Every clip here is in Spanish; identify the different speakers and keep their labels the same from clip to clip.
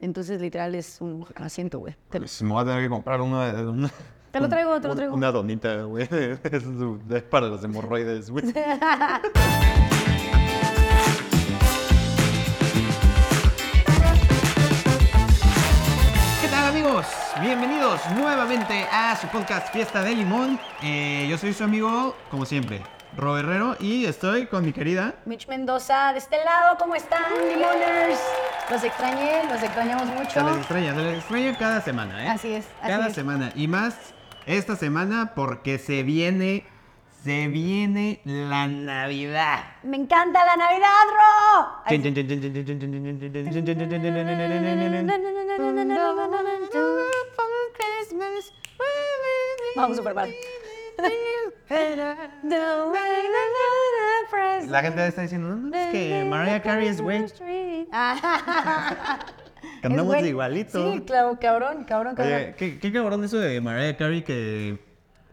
Speaker 1: Entonces, literal, es un asiento, güey. Te lo-
Speaker 2: Pues me voy a tener que comprar una. de- una
Speaker 1: Te lo traigo, te lo
Speaker 2: un-
Speaker 1: traigo.
Speaker 2: Una donita, güey. Es, su- es para las hemorroides, güey.
Speaker 3: ¿Qué tal amigos? Bienvenidos nuevamente a su podcast Fiesta de Limón. Eh, yo soy su amigo, como siempre, Rob Herrero y estoy con mi querida...
Speaker 1: Mitch Mendoza, de este lado, ¿cómo están, limoners? Los extrañé, los extrañamos
Speaker 3: Se les
Speaker 1: mucho.
Speaker 3: extraña, se les extraña cada semana, ¿eh?
Speaker 1: Así es, así
Speaker 3: cada
Speaker 1: es.
Speaker 3: semana. Y más esta semana porque se viene, se viene la Navidad.
Speaker 1: ¡Me encanta la Navidad, Ro! Ay, sí. Vamos super mal.
Speaker 3: La gente está diciendo, no, no, es que Mariah Carey es güey.
Speaker 1: Ah.
Speaker 3: Cantamos
Speaker 1: Es güey.
Speaker 3: igualito.
Speaker 1: Sí, claro, cabrón, cabrón, cabrón.
Speaker 3: Oye, ¿qué, qué cabrón eso de Mariah Carey que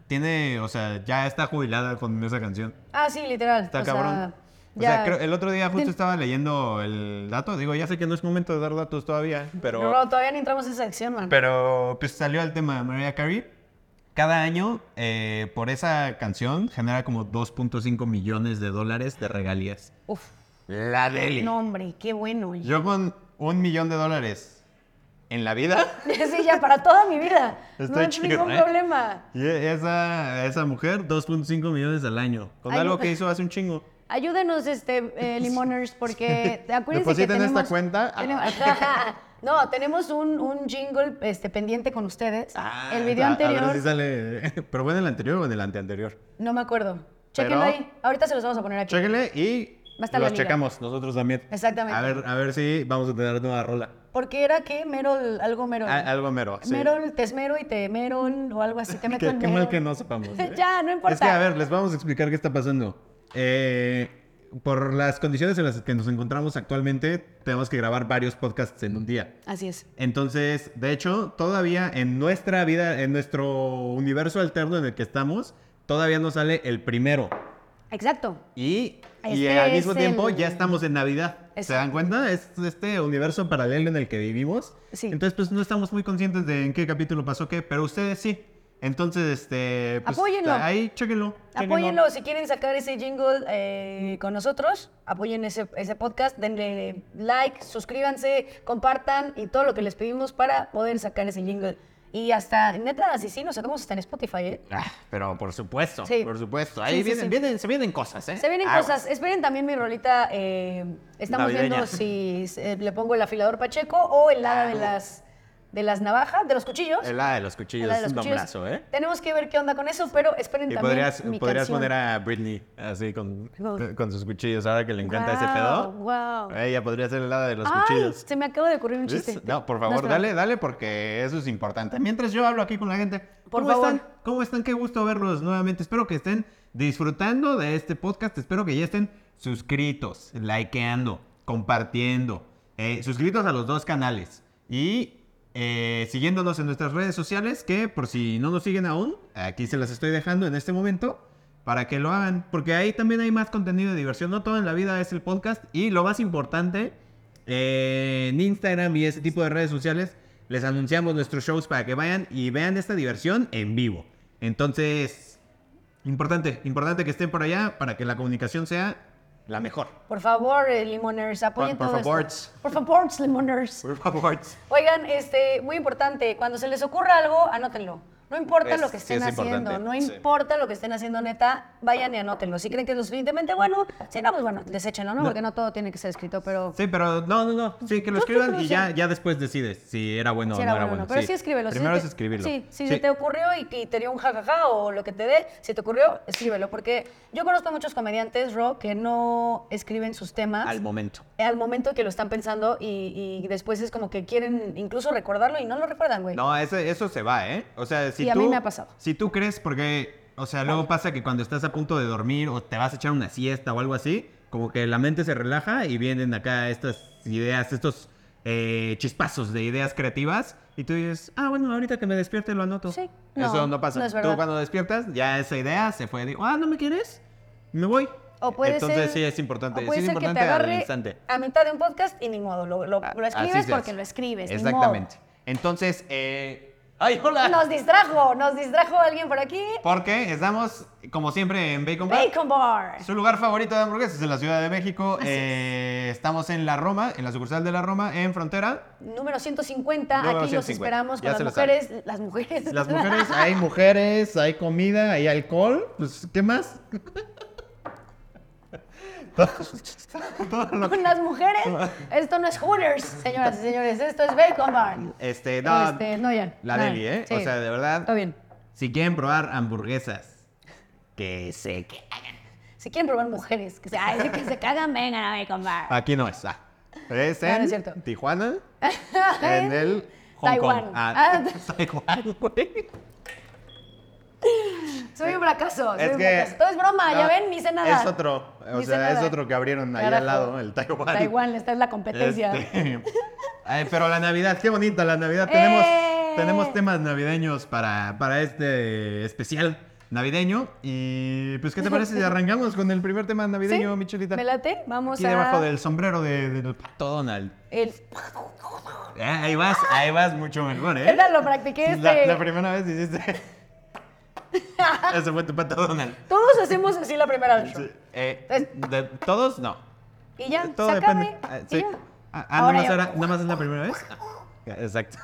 Speaker 3: tiene, o sea, ya está jubilada con esa canción.
Speaker 1: Ah, sí, literal.
Speaker 3: Está
Speaker 1: o sea,
Speaker 3: cabrón. o
Speaker 1: ya.
Speaker 3: sea, creo- el otro día justo
Speaker 1: Ten-
Speaker 3: estaba leyendo el dato. Digo, ya sé que no es momento de dar datos todavía, pero.
Speaker 1: No, todavía ni entramos en esa sección, man.
Speaker 3: Pero pues salió el tema de Mariah Carey. Cada año, eh, por esa canción, genera como 2.5 millones de dólares de regalías.
Speaker 1: Uf,
Speaker 3: La deli.
Speaker 1: no, hombre, qué bueno. hijo.
Speaker 3: Yo con un millón de dólares en la vida.
Speaker 1: sí, ya para toda mi vida. no
Speaker 3: Estoy
Speaker 1: hay
Speaker 3: chido,
Speaker 1: ningún
Speaker 3: ¿eh?
Speaker 1: problema.
Speaker 3: Y e, esa, esa mujer, 2.5 millones al año. Con
Speaker 1: Ay,
Speaker 3: algo
Speaker 1: no.
Speaker 3: que hizo hace un chingo.
Speaker 1: Ayúdenos, este, eh, limoners, porque acuérdense que
Speaker 3: Depositen esta
Speaker 1: tenemos...
Speaker 3: cuenta.
Speaker 1: tenemos- no, tenemos un, un jingle este, pendiente con ustedes. el video
Speaker 3: Ah, a-
Speaker 1: anterior,
Speaker 3: A ver si sale. Pero fue en el anterior o en el anteanterior.
Speaker 1: no me acuerdo.
Speaker 3: Pero-
Speaker 1: Chequenlo ahí. Ahorita se los vamos a poner aquí.
Speaker 3: Chéquenle y
Speaker 1: Va a estar la
Speaker 3: los
Speaker 1: liga.
Speaker 3: checamos nosotros también.
Speaker 1: Exactamente.
Speaker 3: A ver, a ver si vamos a tener nueva rola.
Speaker 1: Porque era que Merol, algo Merol.
Speaker 3: A- Ah, algo mero. sí.
Speaker 1: Merol, te esmero y te Merol o algo así. Te meto
Speaker 3: Qué,
Speaker 1: en
Speaker 3: qué mal
Speaker 1: Merol.
Speaker 3: que no sepamos. ¿eh?
Speaker 1: Ya, no importa.
Speaker 3: Es que, a ver, les vamos a explicar qué está pasando. Eh, por las condiciones en las que nos encontramos actualmente, tenemos que grabar varios podcasts en un día.
Speaker 1: Así es.
Speaker 3: Entonces, de hecho, todavía en nuestra vida, en nuestro universo alterno en el que estamos, todavía no sale el primero.
Speaker 1: Exacto.
Speaker 3: Y, y
Speaker 1: Este
Speaker 3: al
Speaker 1: es
Speaker 3: mismo tiempo
Speaker 1: el-
Speaker 3: ya estamos en Navidad. ¿Se
Speaker 1: Exacto.
Speaker 3: dan cuenta? Es este universo paralelo en el que vivimos.
Speaker 1: Sí.
Speaker 3: Entonces, pues no estamos muy conscientes de en qué capítulo pasó qué, pero ustedes sí. Entonces, este... Pues,
Speaker 1: Apóyenlo.
Speaker 3: Ahí, chéquenlo. chéquenlo.
Speaker 1: Apóyenlo si quieren sacar ese jingle eh, con nosotros. Apoyen ese, ese podcast, denle like, suscríbanse, compartan y todo lo que les pedimos para poder sacar ese jingle. Y hasta, neta, así sí, nos sacamos hasta en Spotify, ¿eh?
Speaker 3: Ah, pero por supuesto,
Speaker 1: Sí.
Speaker 3: por supuesto.
Speaker 1: Sí,
Speaker 3: Ahí
Speaker 1: sí,
Speaker 3: vienen,
Speaker 1: sí.
Speaker 3: vienen, se vienen cosas, ¿eh?
Speaker 1: Se vienen
Speaker 3: Aguas.
Speaker 1: cosas. Esperen también mi rolita. eh, estamos
Speaker 3: Navideña.
Speaker 1: viendo
Speaker 3: Ah,
Speaker 1: si eh, le pongo el afilador Pacheco o el hada de las, de las navajas, de los cuchillos.
Speaker 3: El la de los cuchillos
Speaker 1: Hada de los
Speaker 3: es un
Speaker 1: cuchillos.
Speaker 3: nombrazo, ¿eh?
Speaker 1: Tenemos que ver qué onda con eso, pero esperen
Speaker 3: Y
Speaker 1: también
Speaker 3: podrías,
Speaker 1: mi
Speaker 3: podrías
Speaker 1: canción.
Speaker 3: poner a Britney así con,
Speaker 1: Wow.
Speaker 3: con sus cuchillos, ahora que le encanta ese
Speaker 1: Wow,
Speaker 3: pedo.
Speaker 1: wow.
Speaker 3: Ella podría ser el lado de los
Speaker 1: Ay,
Speaker 3: cuchillos.
Speaker 1: se me acaba de ocurrir un
Speaker 3: ¿Ves?
Speaker 1: chiste.
Speaker 3: No, por
Speaker 1: No,
Speaker 3: favor,
Speaker 1: espera.
Speaker 3: dale, dale, porque eso es importante. Mientras yo hablo aquí con la gente,
Speaker 1: Por
Speaker 3: ¿cómo
Speaker 1: favor.
Speaker 3: están? ¿Cómo están? Qué gusto verlos nuevamente. Espero que estén disfrutando de este podcast. Espero que ya estén suscritos, likeando, compartiendo, eh, suscritos a los dos canales y eh, siguiéndonos en nuestras redes sociales, que por si no nos siguen aún, aquí se las estoy dejando en este momento. Para que lo hagan, porque ahí también hay más contenido de diversión. No todo en la vida es el podcast. Y lo más importante eh, en Instagram y ese tipo de redes sociales les anunciamos nuestros shows para que vayan y vean esta diversión en vivo. Entonces, importante, importante que estén por allá para que la comunicación sea la mejor.
Speaker 1: Por favor, eh, limoners, apoyen
Speaker 3: Por- por
Speaker 1: todo
Speaker 3: favorts.
Speaker 1: esto. Por favor, limoners.
Speaker 3: Por favor.
Speaker 1: Oigan, este, muy importante, cuando se les ocurra algo, anótenlo. No importa
Speaker 3: Es-
Speaker 1: lo que
Speaker 3: sí
Speaker 1: estén
Speaker 3: es
Speaker 1: haciendo,
Speaker 3: importante,
Speaker 1: no
Speaker 3: sí.
Speaker 1: importa lo que estén haciendo, neta, vayan y anótenlo. Si creen que es lo suficientemente bueno, si no, pues bueno, deséchenlo, ¿no? Porque no todo tiene que ser escrito, pero...
Speaker 3: Sí, pero no, no, no. Sí, que lo
Speaker 1: Yo creo
Speaker 3: escriban
Speaker 1: que
Speaker 3: y
Speaker 1: lo
Speaker 3: ya,
Speaker 1: sé.
Speaker 3: ya después decides si era bueno
Speaker 1: si
Speaker 3: o
Speaker 1: era
Speaker 3: no era
Speaker 1: bueno o
Speaker 3: bueno.
Speaker 1: no, pero sí, escríbelo. si
Speaker 3: Primero
Speaker 1: te-
Speaker 3: es escribirlo.
Speaker 1: Sí, si
Speaker 3: Sí.
Speaker 1: se te ocurrió y, que te dio un jajaja o lo que te dé, si te ocurrió, escríbelo. Porque yo conozco muchos comediantes, Ro, que no escriben sus temas.
Speaker 3: Al momento.
Speaker 1: al momento que lo están pensando y, y después es como que quieren incluso recordarlo y no lo recuerdan, güey.
Speaker 3: No, eso, eso se va, ¿eh? O sea, si
Speaker 1: Sí,
Speaker 3: tú...
Speaker 1: a mí me ha pasado.
Speaker 3: Si tú crees, porque, o sea, luego pasa que cuando estás a punto de dormir o te vas a echar una siesta o algo así, como que la mente se relaja y vienen acá estas ideas, estos eh, chispazos de ideas creativas y tú dices, ah, bueno, ahorita que me despierte lo anoto.
Speaker 1: Sí.
Speaker 3: Eso
Speaker 1: No,
Speaker 3: no pasa.
Speaker 1: no es
Speaker 3: tú
Speaker 1: verdad.
Speaker 3: cuando despiertas, ya esa idea se fue. Digo, ah, ¿no me quieres? Me voy.
Speaker 1: O puede
Speaker 3: Entonces
Speaker 1: ser,
Speaker 3: sí es importante.
Speaker 1: o
Speaker 3: Sí
Speaker 1: puede
Speaker 3: es
Speaker 1: ser
Speaker 3: importante
Speaker 1: que te
Speaker 3: al
Speaker 1: agarre
Speaker 3: instante.
Speaker 1: a mitad de un podcast y ni modo. Lo, lo-
Speaker 3: A-
Speaker 1: lo escribes
Speaker 3: así se
Speaker 1: porque
Speaker 3: hace.
Speaker 1: lo escribes. pues, ni modo.
Speaker 3: Exactamente. Entonces, eh... ¡ay, hola!
Speaker 1: Nos distrajo, nos distrajo alguien por aquí.
Speaker 3: Porque estamos, como siempre, en Bacon Bar.
Speaker 1: Bacon Bar.
Speaker 3: Su lugar favorito de hamburguesas es en la Ciudad de México. Eh, estamos en la Roma, en la sucursal de la Roma, en Frontera.
Speaker 1: Número 150.
Speaker 3: Número
Speaker 1: aquí los
Speaker 3: 150.
Speaker 1: esperamos con
Speaker 3: Ya
Speaker 1: las
Speaker 3: se lo saben.
Speaker 1: mujeres, las mujeres.
Speaker 3: Las mujeres, hay mujeres, hay comida, hay alcohol. Pues, ¿qué más? Todo lo que-
Speaker 1: Con las mujeres. Esto no es Hooters, señoras y señores. Esto es Bacon Bar.
Speaker 3: Este, no,
Speaker 1: Este, no, ya.
Speaker 3: la
Speaker 1: No,
Speaker 3: deli, ¿eh?
Speaker 1: sí.
Speaker 3: O sea, de verdad,
Speaker 1: Está bien.
Speaker 3: si quieren probar hamburguesas, que se que
Speaker 1: Si quieren probar mujeres, que se, ay, que se cagan, vengan a Bacon Bar.
Speaker 3: Aquí no está. Es
Speaker 1: No, no
Speaker 3: en
Speaker 1: es cierto.
Speaker 3: Tijuana, en el Hong
Speaker 1: Taiwán.
Speaker 3: Kong. Ah,
Speaker 1: Ah.
Speaker 3: Taiwán, güey.
Speaker 1: Soy un fracaso, soy un fracaso. Todo es broma, ya
Speaker 3: no,
Speaker 1: ven, ni sé nada.
Speaker 3: Es otro, o
Speaker 1: Ni sé
Speaker 3: sea, es
Speaker 1: nada.
Speaker 3: otro que abrieron ahí
Speaker 1: Carajo.
Speaker 3: al lado, el Taiwán.
Speaker 1: Taiwán, esta es la competencia.
Speaker 3: Este, ay, pero la Navidad, qué bonita la Navidad. Tenemos,
Speaker 1: ¡Eh!
Speaker 3: tenemos temas navideños para, para este especial navideño. Y pues, ¿qué te parece si arrancamos con el primer tema navideño,
Speaker 1: ¿Sí?
Speaker 3: Michelita?
Speaker 1: ¿Me late? Vamos
Speaker 3: Aquí
Speaker 1: a...
Speaker 3: debajo del sombrero de, del pato Donald.
Speaker 1: el-
Speaker 3: Eh, ahí vas, ahí vas mucho mejor, ¿eh?
Speaker 1: Esta lo practiqué este...
Speaker 3: La, la primera vez hiciste. Ese fue tu pata Donald.
Speaker 1: Todos hacemos así la primera vez.
Speaker 3: Eh,
Speaker 1: Es-
Speaker 3: de todos no.
Speaker 1: Y ya,
Speaker 3: Todo
Speaker 1: se
Speaker 3: depende.
Speaker 1: acabe.
Speaker 3: Ah,
Speaker 1: y
Speaker 3: sí.
Speaker 1: ya.
Speaker 3: Ah, ah,
Speaker 1: Ahora
Speaker 3: nada más
Speaker 1: yo.
Speaker 3: ahora, nada más es la primera vez. Ah, Exacto.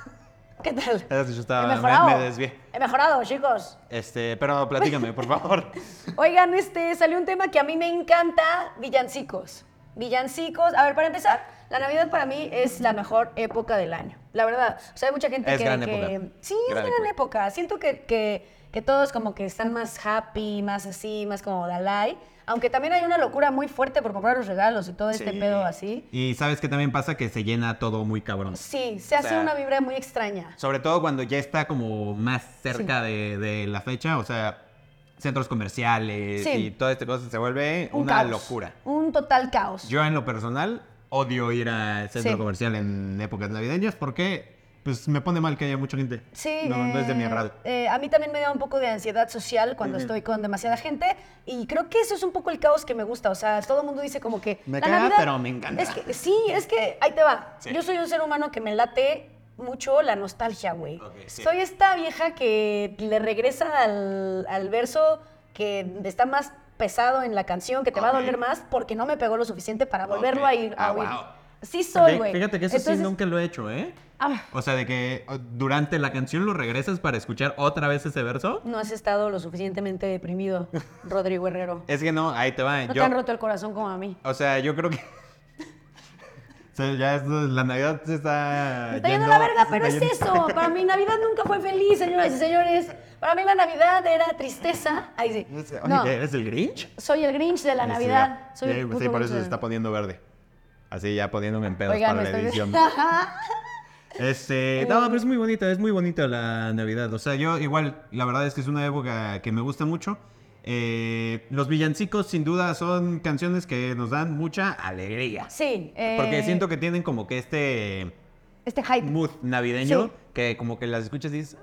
Speaker 1: ¿Qué tal?
Speaker 3: Eso Yo
Speaker 1: He
Speaker 3: estaba,
Speaker 1: mejorado.
Speaker 3: me, me desvié.
Speaker 1: He mejorado, chicos.
Speaker 3: Este, pero platícame, por favor.
Speaker 1: Oigan, este salió un tema que a mí me encanta, villancicos. Villancicos. A ver, para empezar, la Navidad para mí es la mejor época del año. La verdad. O sea, hay mucha gente
Speaker 3: Es
Speaker 1: que,
Speaker 3: gran
Speaker 1: que-
Speaker 3: época.
Speaker 1: Sí,
Speaker 3: Gran
Speaker 1: es gran
Speaker 3: época.
Speaker 1: época. Siento que, que- que todos como que están más happy, más así, más como Dalai. Aunque también hay una locura muy fuerte por comprar los regalos y todo este
Speaker 3: Sí.
Speaker 1: pedo así.
Speaker 3: Y sabes que también pasa que se llena todo muy cabrón.
Speaker 1: Sí, se hace
Speaker 3: sea,
Speaker 1: una vibra muy extraña.
Speaker 3: Sobre todo cuando ya está como más cerca de, de la fecha, o sea, centros comerciales
Speaker 1: Sí.
Speaker 3: y toda esta cosa se vuelve
Speaker 1: Un
Speaker 3: una
Speaker 1: caos.
Speaker 3: locura.
Speaker 1: Un total caos.
Speaker 3: Yo en lo personal odio ir al centro
Speaker 1: Sí.
Speaker 3: comercial en épocas navideñas porque pues me pone mal que haya mucha gente.
Speaker 1: Sí.
Speaker 3: No, no es de mi
Speaker 1: eh,
Speaker 3: agrado.
Speaker 1: eh, a mí también me da un poco de ansiedad social cuando estoy con demasiada gente y creo que eso es un poco el caos que me gusta. O sea, todo el mundo dice como que...
Speaker 3: Me
Speaker 1: "La
Speaker 3: caga,
Speaker 1: Navidad
Speaker 3: pero me encanta".
Speaker 1: Es que, sí, es que ahí te va.
Speaker 3: Sí.
Speaker 1: Yo soy un ser humano que me late mucho la nostalgia, güey.
Speaker 3: Ok, sí.
Speaker 1: Soy esta vieja que le regresa al, al verso que está más pesado en la canción, que te va a
Speaker 3: Ok.
Speaker 1: doler más porque no me pegó lo suficiente para volverlo
Speaker 3: Ok.
Speaker 1: a ir. a
Speaker 3: Ah,
Speaker 1: oír.
Speaker 3: wow.
Speaker 1: Sí soy,
Speaker 3: Ve-
Speaker 1: güey.
Speaker 3: Fíjate que eso sí
Speaker 1: Entonces-
Speaker 3: nunca lo he hecho, ¿eh?
Speaker 1: Ah.
Speaker 3: O sea, de que o, durante la canción lo regresas para escuchar otra vez ese verso.
Speaker 1: No has estado lo suficientemente deprimido, Rodrigo Herrero.
Speaker 3: Es que no, ahí te va.
Speaker 1: No
Speaker 3: yo,
Speaker 1: te han roto el corazón como a mí.
Speaker 3: o sea, yo creo que... o sea, ya es- pues, la Navidad se está...
Speaker 1: Me está yendo
Speaker 3: yendo-
Speaker 1: la verga,
Speaker 3: se
Speaker 1: pero
Speaker 3: está
Speaker 1: es
Speaker 3: yendo-
Speaker 1: eso. Para mí Navidad nunca fue feliz, señoras y señores. Para mí la Navidad era tristeza. Ahí sí.
Speaker 3: No sé,
Speaker 1: No,
Speaker 3: oye, ¿Eres el Grinch?
Speaker 1: soy el Grinch de la
Speaker 3: Sí,
Speaker 1: Navidad.
Speaker 3: ya.
Speaker 1: Soy
Speaker 3: Sí,
Speaker 1: el puto
Speaker 3: sí, por
Speaker 1: Grinch
Speaker 3: eso
Speaker 1: de
Speaker 3: se
Speaker 1: la
Speaker 3: está poniendo verde. Así ya poniéndome en pedos
Speaker 1: Oigan,
Speaker 3: para la
Speaker 1: me estoy-
Speaker 3: edición. Este, no, pero es muy bonita, es muy bonita la Navidad. O sea, yo igual, la verdad es que es una época que me gusta mucho. Eh, los villancicos, sin duda, son canciones que nos dan mucha alegría.
Speaker 1: Sí. eh,
Speaker 3: Porque siento que tienen como que este
Speaker 1: Este hype.
Speaker 3: mood navideño
Speaker 1: Sí.
Speaker 3: que como que las escuchas y dices,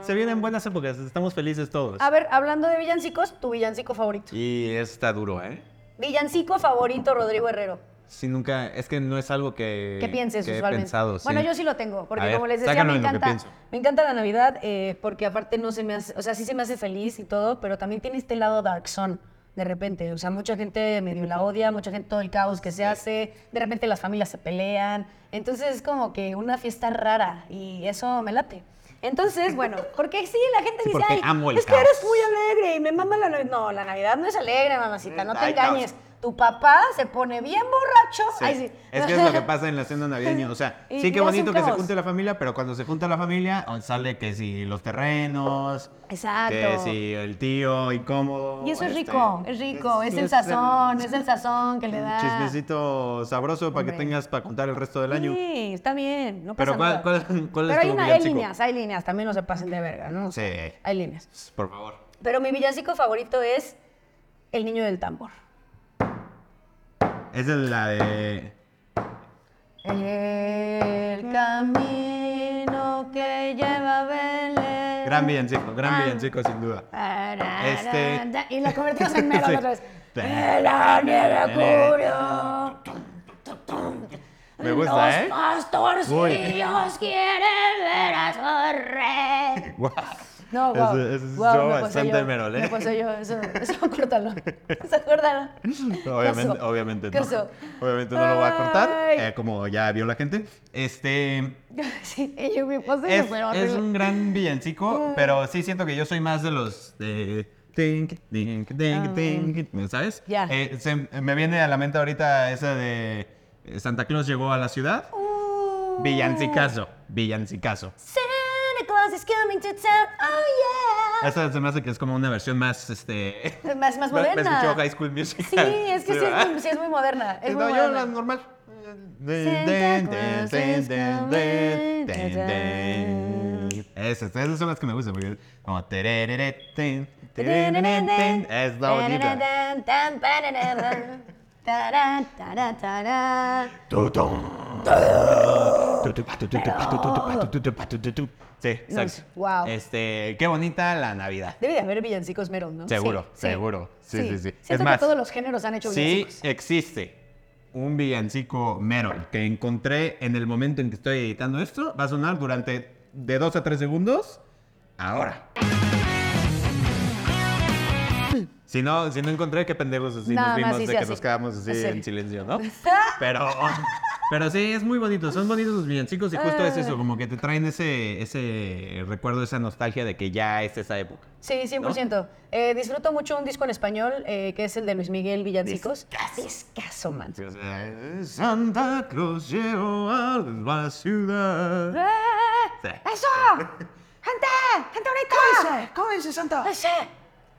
Speaker 3: se vienen buenas épocas, estamos felices todos.
Speaker 1: A ver, hablando de villancicos, tu villancico favorito.
Speaker 3: Y eso está duro, ¿eh?
Speaker 1: Villancico favorito, Rodrigo Herrero.
Speaker 3: Sí, nunca, es que no es algo que,
Speaker 1: ¿Qué pienses
Speaker 3: que he
Speaker 1: usualmente?
Speaker 3: pensado, sí.
Speaker 1: Bueno, yo sí lo tengo, porque
Speaker 3: A ver,
Speaker 1: como les decía,
Speaker 3: sácalo
Speaker 1: me
Speaker 3: en lo que
Speaker 1: encanta,
Speaker 3: pienso.
Speaker 1: me encanta la Navidad, eh, porque aparte no se me hace, o sea, sí se me hace feliz y todo, pero también tiene este lado dark zone de repente. O sea, mucha gente medio la odia, mucha gente todo el caos que se hace, de repente las familias se pelean. Entonces es como que una fiesta rara y eso me late. Entonces, bueno, porque sí, la gente
Speaker 3: Sí,
Speaker 1: dice,
Speaker 3: porque
Speaker 1: ay,
Speaker 3: amo el
Speaker 1: es que eres
Speaker 3: caos".
Speaker 1: muy alegre y me mama la Navidad. No, la Navidad no es alegre, mamacita, no te
Speaker 3: Ay, caos.
Speaker 1: engañes. Tu papá se pone bien borracho.
Speaker 3: Sí,
Speaker 1: Ay, sí.
Speaker 3: Es que es lo que pasa en la cena navideña. O sea,
Speaker 1: Y
Speaker 3: sí
Speaker 1: ya
Speaker 3: que
Speaker 1: es
Speaker 3: bonito
Speaker 1: un
Speaker 3: que se
Speaker 1: caos.
Speaker 3: junte la familia, pero cuando se junta la familia, oh, sale que si los terrenos,
Speaker 1: Exacto.
Speaker 3: que si el tío incómodo.
Speaker 1: Y eso es
Speaker 3: este,
Speaker 1: rico, es rico, es, el sazón, es el sazón que le da.
Speaker 3: Chismecito sabroso para que
Speaker 1: Hombre.
Speaker 3: tengas para contar el resto del año.
Speaker 1: Sí, está bien, no pasa
Speaker 3: Pero ¿cuál,
Speaker 1: nada.
Speaker 3: cuál, cuál
Speaker 1: Pero
Speaker 3: es
Speaker 1: hay,
Speaker 3: tu
Speaker 1: una, hay
Speaker 3: villancico?
Speaker 1: líneas, hay líneas, también no se pasen de verga, ¿no?
Speaker 3: Sí.
Speaker 1: Hay líneas.
Speaker 3: Por favor.
Speaker 1: Pero mi villancico favorito es El Niño del Tambor.
Speaker 3: Esa es la de... Ah.
Speaker 1: El camino que lleva a Belén.
Speaker 3: Gran villancico, gran
Speaker 1: Ah.
Speaker 3: villancico sin duda.
Speaker 1: Ah, Tarara,
Speaker 3: Este-
Speaker 1: ta- Y lo convertimos en Melon
Speaker 3: Sí.
Speaker 1: otra vez.
Speaker 3: Ta-
Speaker 1: Melón era curio.
Speaker 2: Me gusta,
Speaker 1: Los
Speaker 2: ¿eh?
Speaker 1: pastorcillos quieren ver a su rey. No,
Speaker 2: Eso-
Speaker 1: wow.
Speaker 2: eso sí
Speaker 1: Guau,
Speaker 2: estuvo
Speaker 1: me pasé
Speaker 2: bastante
Speaker 1: yo,
Speaker 2: Merol, ¿eh?
Speaker 1: Me pasé yo, eso, eso córtalo. Eso córtalo.
Speaker 3: Obviamente,
Speaker 1: Caso.
Speaker 3: obviamente no.
Speaker 1: Caso.
Speaker 3: Obviamente no lo voy a cortar,
Speaker 1: Ay.
Speaker 3: eh, como ya vio la gente. Este
Speaker 1: Sí, y yo me pasé
Speaker 3: es,
Speaker 1: súper
Speaker 3: es
Speaker 1: horrible.
Speaker 3: un gran villancico, pero sí Eh, siento que yo soy más de los de tink, tink, tink, tink, ¿sabes?
Speaker 1: Ah. Ya.
Speaker 3: Eh, se- me viene a la mente ahorita esa de eh, Santa Claus llegó a la ciudad.
Speaker 1: Uh,
Speaker 3: Villancicazo, villancicazo.
Speaker 1: Santa Claus is coming to town, oh yeah.
Speaker 3: Esa se me hace que es como una versión más, este...
Speaker 1: Más, más
Speaker 3: me- Me escuchó
Speaker 1: moderna.
Speaker 3: High School Musical.
Speaker 1: Sí, es que sí, es,
Speaker 3: ¿verdad?
Speaker 1: muy, sí es muy moderna. Es
Speaker 3: no,
Speaker 1: muy
Speaker 3: yo
Speaker 1: moderna.
Speaker 3: la normal.
Speaker 1: Claus is coming to town.
Speaker 3: Esas, esas son las que me gustan porque es como tererere, ten, tererere, ten. es la bonita.
Speaker 1: Tararán, tan, pararán, tarán, tarán, tarán.
Speaker 3: Sí, exacto.
Speaker 1: No, wow.
Speaker 3: Este, qué bonita la Navidad.
Speaker 1: Debe de haber villancicos meros, ¿no?
Speaker 3: Seguro, seguro. Sí, sí, sí.
Speaker 1: Siento
Speaker 3: Es
Speaker 1: que
Speaker 3: más,
Speaker 1: todos los géneros han hecho
Speaker 3: Sí
Speaker 1: villancicos.
Speaker 3: existe un villancico mero que encontré en el momento en que estoy editando esto. Va a sonar durante de 2 a 3 segundos. Ahora. Si no, si no encontré, qué pendejos así
Speaker 1: Nada
Speaker 3: nos vimos
Speaker 1: más hice
Speaker 3: de que
Speaker 1: así.
Speaker 3: nos quedamos así
Speaker 1: Así.
Speaker 3: en silencio, ¿no? Pero, pero sí, es muy bonito. Son bonitos los villancicos y justo es eso, como que te traen ese, ese recuerdo, esa nostalgia de que ya es esa época.
Speaker 1: Sí, 100%. Eh, disfruto mucho un disco en español, eh, que es el de Luis Miguel Villancicos. Discaso, man.
Speaker 3: Sí, o sea, Santa Cruz llegó a la ciudad. Sí.
Speaker 1: ¿Eh? ¡Eso! ¡Gente! ¡Gente bonita!
Speaker 4: ¿Cómo dice Santa?
Speaker 1: ¡Ese!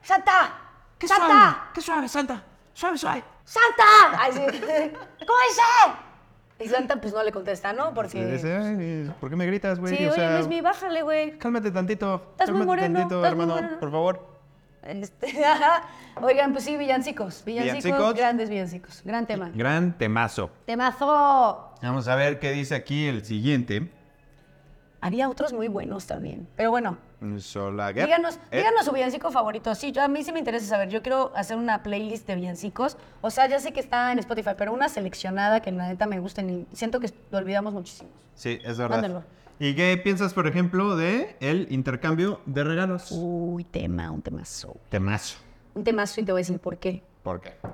Speaker 1: ¡Santa!
Speaker 4: ¡Qué suave!
Speaker 1: ¡Santa!
Speaker 4: ¡Qué suave, Santa! ¡Suave, suave!
Speaker 1: ¡Santa! Ay, sí. ¿Cómo dice? Y Santa pues no le contesta, ¿no?
Speaker 2: Y
Speaker 1: Porque...
Speaker 2: dice, "Ay, ¿Por qué me gritas, güey?
Speaker 1: Sí,
Speaker 2: O
Speaker 1: oye,
Speaker 2: sea,
Speaker 1: Luismi, bájale, güey.
Speaker 2: Cálmate tantito.
Speaker 1: Estás muy
Speaker 2: cálmate
Speaker 1: moreno,
Speaker 2: tantito,
Speaker 1: estás muy
Speaker 2: hermano,
Speaker 1: moreno.
Speaker 2: por favor.
Speaker 1: Este, ajá. Oigan, pues sí, villancicos. Villancicos,
Speaker 2: Villancicos.
Speaker 1: grandes villancicos. Gran tema.
Speaker 3: Gran temazo.
Speaker 1: Temazo.
Speaker 3: Vamos a ver qué dice aquí el siguiente.
Speaker 1: Había otros muy buenos también. Pero bueno,
Speaker 2: Solaguer.
Speaker 1: díganos,
Speaker 2: Eh,
Speaker 1: díganos su villancico favorito. Sí, yo- a mí sí me interesa saber. Yo quiero hacer una playlist de villancicos. O sea, ya sé que está en Spotify, pero una seleccionada que la neta me gusten y siento que lo olvidamos muchísimo.
Speaker 3: Sí, es verdad.
Speaker 1: Mándenlo.
Speaker 3: ¿Y qué piensas, por ejemplo, de el intercambio de regalos?
Speaker 1: Uy, tema, un temazo.
Speaker 3: Temazo.
Speaker 1: Un temazo y te voy a decir por qué.
Speaker 3: ¿Por qué?
Speaker 1: Ah,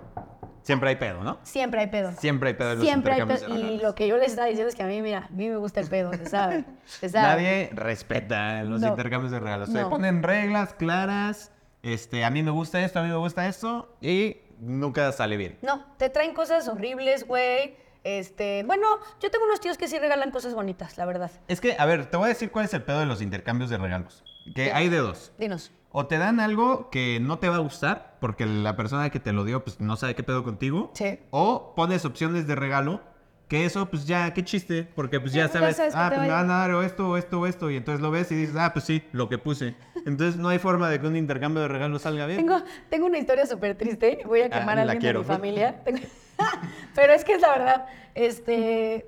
Speaker 3: Siempre hay pedo, ¿no?
Speaker 1: Siempre hay pedo.
Speaker 3: Siempre hay pedo en los
Speaker 1: Siempre hay
Speaker 3: intercambios
Speaker 1: pedo.
Speaker 3: de
Speaker 1: Y
Speaker 3: regalos.
Speaker 1: lo que yo les estaba diciendo es que a mí, mira, a mí me gusta el pedo, se sabe. Se sabe.
Speaker 3: Nadie respeta los
Speaker 1: No.
Speaker 3: intercambios de regalos. Se
Speaker 1: No.
Speaker 3: ponen reglas claras. Este, a mí me gusta esto, a mí me gusta esto. Y nunca sale bien.
Speaker 1: No, te traen cosas horribles, güey. Este, bueno, yo tengo unos tíos que sí regalan cosas bonitas, la verdad.
Speaker 3: Es que, a ver, te voy a decir cuál es el pedo de los intercambios de regalos. Que hay de dos.
Speaker 1: Dinos.
Speaker 3: O te dan algo que no te va a gustar, porque la persona que te lo dio, pues no sabe qué pedo contigo.
Speaker 1: Sí.
Speaker 3: O pones opciones de regalo, que eso, pues ya, qué chiste, porque pues ya
Speaker 1: Sí, ya
Speaker 3: sabes,
Speaker 1: sabes que
Speaker 3: ah,
Speaker 1: te
Speaker 3: pues me
Speaker 1: va a
Speaker 3: van a dar o esto, o esto, o esto, y entonces lo ves y dices, ah, pues sí, lo que puse. Entonces no hay forma de que un intercambio de regalos salga bien.
Speaker 1: Tengo, tengo una historia súper triste. Voy a
Speaker 3: Ah,
Speaker 1: quemar a
Speaker 3: la
Speaker 1: alguien
Speaker 3: quiero.
Speaker 1: de mi familia. Tengo- pero es que es la verdad. Este,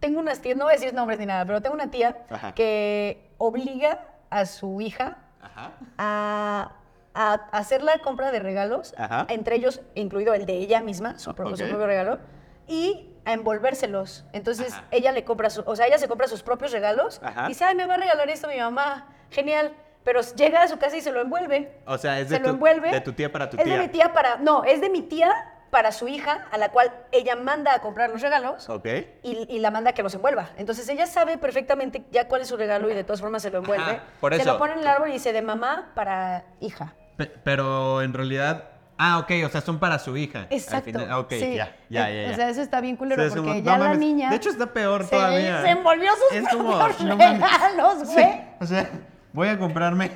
Speaker 1: tengo unas tías, no voy a decir nombres ni nada, pero tengo una tía
Speaker 3: Ajá.
Speaker 1: que obliga a su hija
Speaker 3: Ajá.
Speaker 1: a, a hacer la compra de regalos,
Speaker 3: Ajá.
Speaker 1: entre ellos incluido el de ella misma, su, propio- su
Speaker 3: Ok.
Speaker 1: propio regalo, y a envolvérselos. Entonces
Speaker 3: Ajá.
Speaker 1: ella le compra, su- o sea, ella se compra sus propios regalos
Speaker 3: Ajá.
Speaker 1: y dice, ay, me va a regalar esto mi mamá, genial. Pero llega a su casa y se lo envuelve.
Speaker 3: O sea, es
Speaker 1: se
Speaker 3: de
Speaker 1: lo
Speaker 3: tu-
Speaker 1: envuelve.
Speaker 3: de tu tía para tu
Speaker 1: es
Speaker 3: tía.
Speaker 1: de mi tía para, no, es de mi tía para su hija, a la cual ella manda a comprar los regalos
Speaker 3: Ok.
Speaker 1: y, y la manda a que los envuelva. Entonces ella sabe perfectamente ya cuál es su regalo y de todas formas se lo envuelve.
Speaker 3: Ajá, por
Speaker 1: Se lo
Speaker 3: eso.
Speaker 1: pone en el árbol y dice de mamá para hija.
Speaker 3: Pe- pero en realidad. Ah, ok, o sea, son para su hija. al
Speaker 1: Exacto.
Speaker 3: final. Ah, ok,
Speaker 1: sí. Eh,
Speaker 3: ya, ya, ya.
Speaker 1: O
Speaker 3: ya.
Speaker 1: sea, eso está bien culero
Speaker 3: O sea, es
Speaker 1: porque
Speaker 3: como,
Speaker 1: ya
Speaker 3: no
Speaker 1: la
Speaker 3: mames.
Speaker 1: niña.
Speaker 3: De hecho, está peor
Speaker 1: se,
Speaker 3: todavía.
Speaker 1: se envolvió sus
Speaker 3: Es como,
Speaker 1: propios
Speaker 3: no mames.
Speaker 1: regalos,
Speaker 3: Sí,
Speaker 1: güey.
Speaker 3: O sea, voy a comprarme,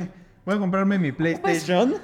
Speaker 3: voy a comprarme mi
Speaker 1: Pues,
Speaker 3: PlayStation.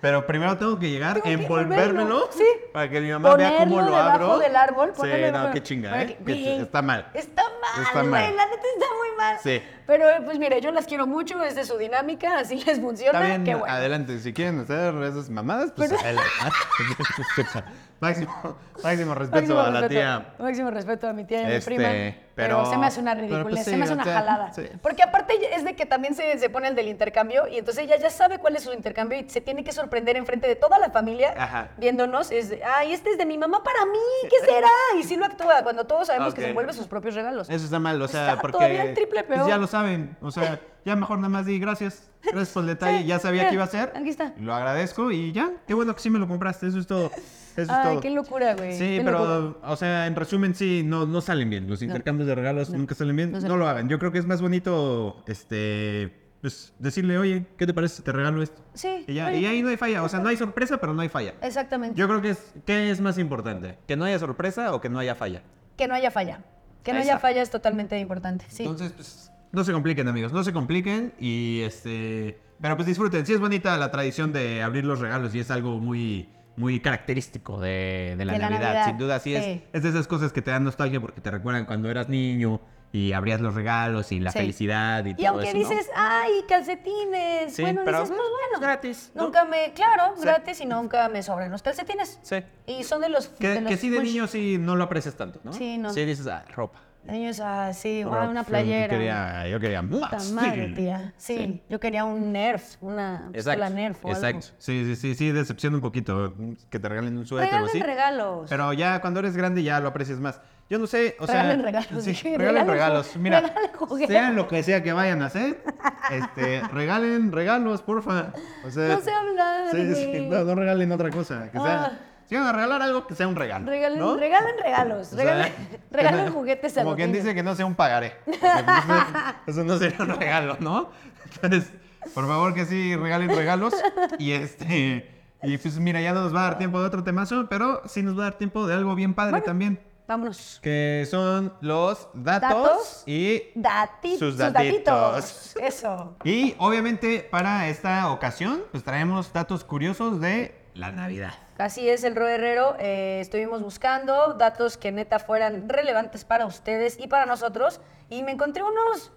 Speaker 3: Pero primero tengo que llegar,
Speaker 1: Tengo que
Speaker 3: envolvérmelo.
Speaker 1: envolverlo, sí.
Speaker 3: Para que mi mamá vea cómo
Speaker 1: Ponerlo
Speaker 3: lo
Speaker 1: debajo
Speaker 3: abro.
Speaker 1: del árbol,
Speaker 3: Sí,
Speaker 1: ponerlo
Speaker 3: no,
Speaker 1: debajo-
Speaker 3: qué chinga,
Speaker 1: para
Speaker 3: ¿eh?
Speaker 1: que-
Speaker 3: Que
Speaker 1: Güey,
Speaker 3: está mal.
Speaker 1: Está mal,
Speaker 3: Está
Speaker 1: güey,
Speaker 3: mal.
Speaker 1: La neta está muy mal.
Speaker 3: Sí.
Speaker 1: Pero pues mire, yo las quiero mucho, esa es su dinámica, así les funciona.
Speaker 3: Está bien,
Speaker 1: qué bueno.
Speaker 3: adelante. Si quieren hacer esas mamadas, pues adelante. máximo, máximo respeto
Speaker 1: Máximo
Speaker 3: a la
Speaker 1: respeto,
Speaker 3: tía.
Speaker 1: Máximo respeto a mi tía y a mi
Speaker 3: Este,
Speaker 1: prima. Pero, se me hace una
Speaker 2: pero, pues,
Speaker 1: ridícula, se
Speaker 2: sí,
Speaker 1: me hace
Speaker 2: o
Speaker 1: una
Speaker 2: sea,
Speaker 1: jalada.
Speaker 2: sí.
Speaker 1: Porque aparte es de que también se, se pone el del intercambio y entonces ella ya sabe cuál es su intercambio y se tiene que sorprender enfrente de toda la familia
Speaker 3: Ajá.
Speaker 1: viéndonos. Es de, ay, este es de mi mamá para mí, ¿qué será? Y sí lo actúa cuando todos sabemos que
Speaker 3: Ok.
Speaker 1: se envuelve sus propios regalos.
Speaker 3: Eso está mal, o sea,
Speaker 1: Está
Speaker 3: porque
Speaker 1: todavía el triple
Speaker 3: pues,
Speaker 1: peor.
Speaker 3: ya lo saben, o sea, ya mejor nada más di gracias, gracias por el detalle, ya sabía que iba a ser.
Speaker 1: Aquí está.
Speaker 3: Lo agradezco y ya, qué bueno que sí me lo compraste, eso es todo. Eso es
Speaker 1: Ay,
Speaker 3: todo.
Speaker 1: qué pues, locura, güey.
Speaker 3: Sí,
Speaker 1: qué locura.
Speaker 3: pero, o sea, en resumen, sí, no, no salen bien. Los intercambios de regalos nunca salen bien. No,
Speaker 1: no salen
Speaker 3: lo hagan. Yo creo que es más bonito, este, pues, decirle, oye, ¿qué te parece si te regalo esto?
Speaker 1: Sí.
Speaker 3: Y, ya,
Speaker 1: oye, Eh.
Speaker 3: y ahí no hay falla. O sea, no hay sorpresa, pero no hay falla.
Speaker 1: Exactamente.
Speaker 3: Yo creo que es, ¿qué es más importante? ¿Que no haya sorpresa o que no haya falla?
Speaker 1: Que no haya falla. Que no
Speaker 3: Ahí
Speaker 1: haya
Speaker 3: está.
Speaker 1: falla es totalmente importante. Sí.
Speaker 3: Entonces, pues, no se compliquen, amigos, no se compliquen y, este, pero pues disfruten. Sí es bonita la tradición de abrir los regalos y es algo muy, muy característico de, de la,
Speaker 1: De la
Speaker 3: Navidad.
Speaker 1: Navidad,
Speaker 3: Sin duda, sí, es,
Speaker 1: sí.
Speaker 3: es de esas cosas que te dan nostalgia porque te recuerdan cuando eras niño y abrías los regalos y la
Speaker 1: Sí.
Speaker 3: felicidad y,
Speaker 1: y
Speaker 3: todo
Speaker 1: aunque
Speaker 3: eso, ¿no?
Speaker 1: dices, ay, calcetines.
Speaker 3: Sí,
Speaker 1: bueno,
Speaker 3: pero
Speaker 1: dices, pues bueno.
Speaker 3: gratis, ¿no?
Speaker 1: Nunca me, claro, gratis y nunca me sobran los calcetines.
Speaker 3: Sí.
Speaker 1: Y son de los.
Speaker 3: Que,
Speaker 1: de los
Speaker 3: que sí de
Speaker 1: Push.
Speaker 3: niño sí no lo aprecias tanto, ¿no?
Speaker 1: Sí, no.
Speaker 3: Sí dices, ah, ropa.
Speaker 1: De niños, ah, sí, ah,
Speaker 3: ropa,
Speaker 1: una
Speaker 3: yo
Speaker 1: playera.
Speaker 3: quería- yo quería más.
Speaker 1: Puta madre,
Speaker 3: sí.
Speaker 1: tía. Sí, yo quería un Nerf, una pistola Nerf o algo.
Speaker 3: exacto. Sí, sí, sí, sí, decepciona un poquito que te regalen un suéter o
Speaker 1: Regalen
Speaker 3: así.
Speaker 1: regalos.
Speaker 3: Pero ya cuando eres grande ya lo aprecias más. Yo no sé, o
Speaker 1: Regalen
Speaker 3: sea,
Speaker 1: regalos,
Speaker 3: sí,
Speaker 1: dije,
Speaker 3: regalen
Speaker 1: regalen
Speaker 3: regalos.
Speaker 1: ju-
Speaker 3: Mira,
Speaker 1: regalen juguetes.
Speaker 3: sean lo que sea que vayan a hacer, este, regalen regalos, porfa. O sea,
Speaker 1: No sé hablar,
Speaker 3: sí, sí,
Speaker 1: güey.
Speaker 3: no, no regalen otra cosa, que sea.
Speaker 1: Ah.
Speaker 3: Si van a regalar algo, que sea un regalo.
Speaker 1: Regalen,
Speaker 3: ¿no?
Speaker 1: regalen regalos.
Speaker 3: O sea,
Speaker 1: regalen,
Speaker 3: que no-
Speaker 1: regalen juguetes a
Speaker 3: Como
Speaker 1: los
Speaker 3: quien
Speaker 1: niños.
Speaker 3: dice que no sea un pagaré. porque, pues, no- Eso no sería un regalo, ¿no? Entonces, por favor que sí regalen regalos. Y este. Y pues mira, ya no nos va a dar tiempo de otro temazo, pero sí nos va a dar tiempo de algo bien padre también.
Speaker 1: Vámonos.
Speaker 3: Que son los datos,
Speaker 1: Datos.
Speaker 3: y.
Speaker 1: Dati-
Speaker 3: Sus
Speaker 1: sus datitos. Eso.
Speaker 3: Y obviamente para esta ocasión, pues traemos datos curiosos de la Navidad.
Speaker 1: Así es, el Ro Herrero. eh, estuvimos buscando datos que neta fueran relevantes para ustedes y para nosotros. Y me encontré unos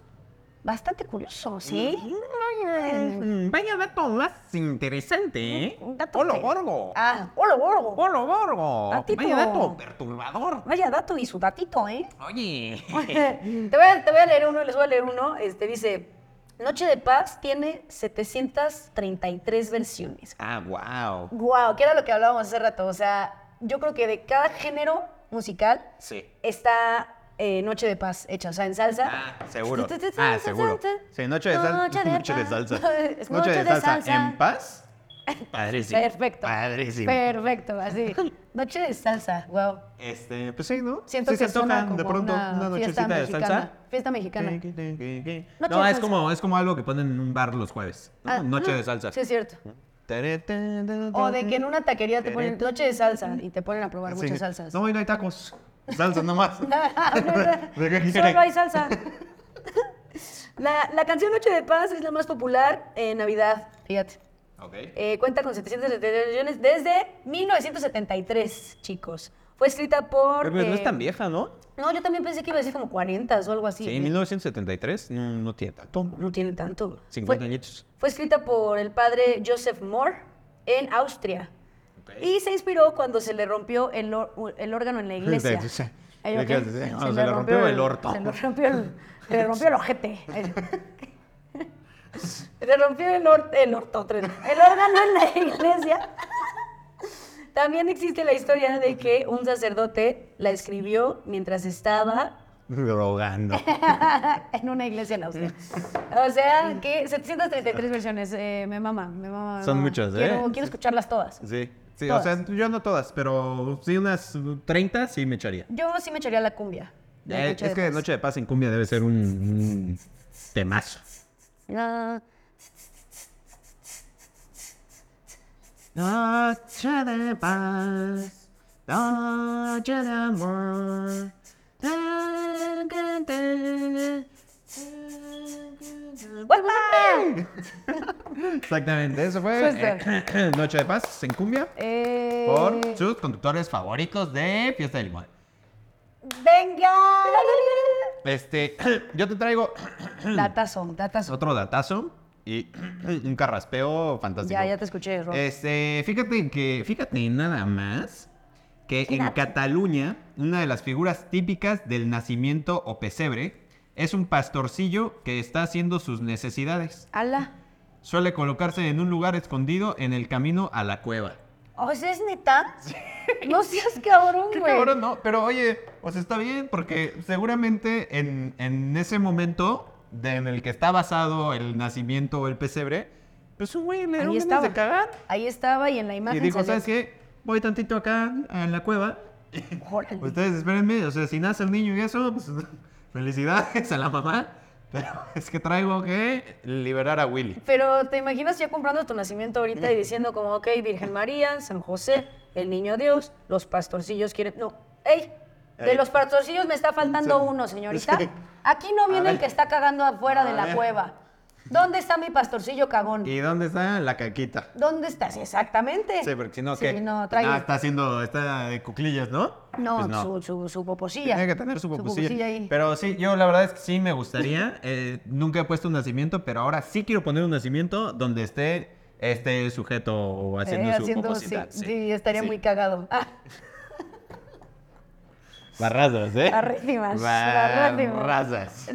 Speaker 1: bastante curiosos, ¿sí?
Speaker 3: Mm-hmm. Eh, Vaya dato más interesante, ¿eh?
Speaker 1: Un dato
Speaker 3: Olo
Speaker 1: que-
Speaker 3: Borgo.
Speaker 1: Ah, ¡Hola, borgo!
Speaker 3: Polo Borgo.
Speaker 1: Datito.
Speaker 3: Vaya dato perturbador.
Speaker 1: Vaya dato y su datito, ¿eh?
Speaker 3: Oye.
Speaker 1: te, voy a, te voy a leer uno y les voy a leer uno. Este dice: Noche de Paz tiene 733 versiones.
Speaker 3: Ah, wow.
Speaker 1: ¡Guau! que era lo que hablábamos hace rato. O sea, yo creo que de cada género musical
Speaker 3: Sí.
Speaker 1: está eh, Noche de Paz hecha, o sea, en salsa.
Speaker 3: Ah, seguro. Ah, seguro. Sí, noche de, sal- noche de salsa.
Speaker 1: Es noche, de, salsa.
Speaker 3: ¿En paz? Padrísimo.
Speaker 1: Perfecto.
Speaker 3: Padrísimo.
Speaker 1: Perfecto, así. Noche de salsa, wow.
Speaker 3: Este, pues sí, ¿no?
Speaker 1: Siento que
Speaker 3: sí se antoja
Speaker 1: suena como
Speaker 3: de pronto una,
Speaker 1: fiesta
Speaker 3: nochecita de
Speaker 1: mexicana.
Speaker 3: salsa.
Speaker 1: Fiesta mexicana.
Speaker 3: Tin, tin, tin, tin.
Speaker 1: Noche
Speaker 3: No,
Speaker 1: de
Speaker 3: es
Speaker 1: salsa.
Speaker 3: como, es como algo que ponen en un bar los jueves. ¿no?
Speaker 1: Ah,
Speaker 3: noche
Speaker 1: ah,
Speaker 3: de salsa.
Speaker 1: Sí, es cierto.
Speaker 3: Tere, tere, tere,
Speaker 1: O de que en una taquería te ponen
Speaker 3: Tere.
Speaker 1: noche de salsa y te ponen a probar
Speaker 3: Sí.
Speaker 1: muchas salsas. Ah,
Speaker 3: No, hoy no hay tacos. Salsa nomás. ¿De qué quiere?
Speaker 1: Solo hay salsa. La, la canción Noche de Paz es la más popular en Navidad, fíjate.
Speaker 3: Ok.
Speaker 1: Eh, cuenta con 773 millones desde 1973, chicos. Fue escrita por...
Speaker 3: Pero pues, no
Speaker 1: eh,
Speaker 3: es tan vieja, ¿no?
Speaker 1: No, yo también pensé que iba a decir como 40 o algo así. Eh,
Speaker 3: Sí, en 1973 no, no tiene tanto.
Speaker 1: No tiene tanto.
Speaker 3: 50
Speaker 1: Fue-
Speaker 3: añitos.
Speaker 1: Fue escrita por el padre Joseph Moore en Austria. Y se inspiró cuando se le rompió el, or- el órgano en la iglesia.
Speaker 3: Sí, sí, sí.
Speaker 1: Ahí,
Speaker 3: ¿De
Speaker 1: ok.
Speaker 3: qué haces? Eh, no, se le rompió el orto.
Speaker 1: Se le rompió el, se le rompió el ojete. Ahí. Se le rompió el, or- el orto, tren. el órgano en la iglesia. También existe la historia de que un sacerdote la escribió mientras estaba
Speaker 3: Drogando.
Speaker 1: en una iglesia en Austria. O sea, que 733 versiones. eh, me mama, me mama. me
Speaker 3: Son
Speaker 1: mama.
Speaker 3: muchas, ¿eh?
Speaker 1: Quiero, quiero escucharlas todas.
Speaker 3: Sí. Sí,
Speaker 1: Todas.
Speaker 3: o sea, yo no todas, pero sí unas 30 sí me echaría.
Speaker 1: Yo sí me echaría la cumbia. de
Speaker 3: Eh,
Speaker 1: Noche de
Speaker 3: es que
Speaker 1: Paz.
Speaker 3: Noche de Paz en cumbia debe ser un, un temazo.
Speaker 1: Ah,
Speaker 3: Noche de paz, noche de amor.
Speaker 1: ¡Walmart!
Speaker 3: Exactamente, eso fue
Speaker 1: Justo.
Speaker 3: eh, Noche de Paz en cumbia
Speaker 1: Eh,
Speaker 3: por sus conductores favoritos de Fiesta del Limón.
Speaker 1: ¡Venga!
Speaker 3: Este, yo te traigo
Speaker 1: Datazo, datazo.
Speaker 3: otro datazo y un carraspeo fantástico.
Speaker 1: Ya, ya te escuché, Rob.
Speaker 3: Este, fíjate que, fíjate nada más que en Cataluña, una de las figuras típicas del nacimiento o pesebre es un pastorcillo que está haciendo sus necesidades.
Speaker 1: Ala.
Speaker 3: Suele colocarse en un lugar escondido en el camino a la cueva.
Speaker 1: O sea, es neta. No seas cabrón,
Speaker 3: Qué
Speaker 1: güey.
Speaker 3: cabrón, no, pero oye, o sea, está bien, porque seguramente en, en ese momento de- en el que está basado el nacimiento o el pesebre, pues un güey le
Speaker 1: Ahí
Speaker 3: dieron ganas
Speaker 1: estaba.
Speaker 3: de cagar.
Speaker 1: Ahí estaba y en la imagen.
Speaker 3: Y dijo,
Speaker 1: salió.
Speaker 3: ¿sabes qué? Voy tantito acá a la cueva.
Speaker 1: Órale.
Speaker 3: Ustedes espérenme, o sea, si nace el niño y eso, pues felicidades a la mamá. Pero es que traigo que liberar a Willy.
Speaker 1: Pero te imaginas ya comprando tu nacimiento ahorita y diciendo como, ok, Virgen María, San José, el Niño Dios, los pastorcillos quieren... No, ¡ey! De
Speaker 2: Ey.
Speaker 1: los pastorcillos me está faltando
Speaker 2: Sí.
Speaker 1: uno, señorita.
Speaker 2: Sí.
Speaker 1: Aquí no viene el
Speaker 2: ver.
Speaker 1: que está cagando afuera de
Speaker 2: A
Speaker 1: la
Speaker 2: ver.
Speaker 1: cueva. ¿Dónde está mi pastorcillo cagón?
Speaker 3: ¿Y dónde está la caquita?
Speaker 1: ¿Dónde estás exactamente?
Speaker 3: Sí, porque si no,
Speaker 1: Sí,
Speaker 3: ¿qué?
Speaker 1: no, trae-
Speaker 3: Ah, está haciendo, está de cuclillas, ¿no?
Speaker 1: No,
Speaker 3: Pues
Speaker 1: Su, su, su poposilla.
Speaker 3: Tiene que tener su pupusilla.
Speaker 1: ahí.
Speaker 3: Pero sí, yo la verdad es que sí me gustaría. eh, nunca he puesto un nacimiento, pero ahora sí quiero poner un nacimiento donde esté este sujeto haciendo
Speaker 1: Eh,
Speaker 3: su
Speaker 1: haciendo-
Speaker 3: pupusita,
Speaker 1: sí, sí, estaría
Speaker 3: Sí.
Speaker 1: muy cagado. Ah,
Speaker 3: Barrazas, ¿eh?
Speaker 1: Barrísimas, barrísimas.
Speaker 3: Barrazas.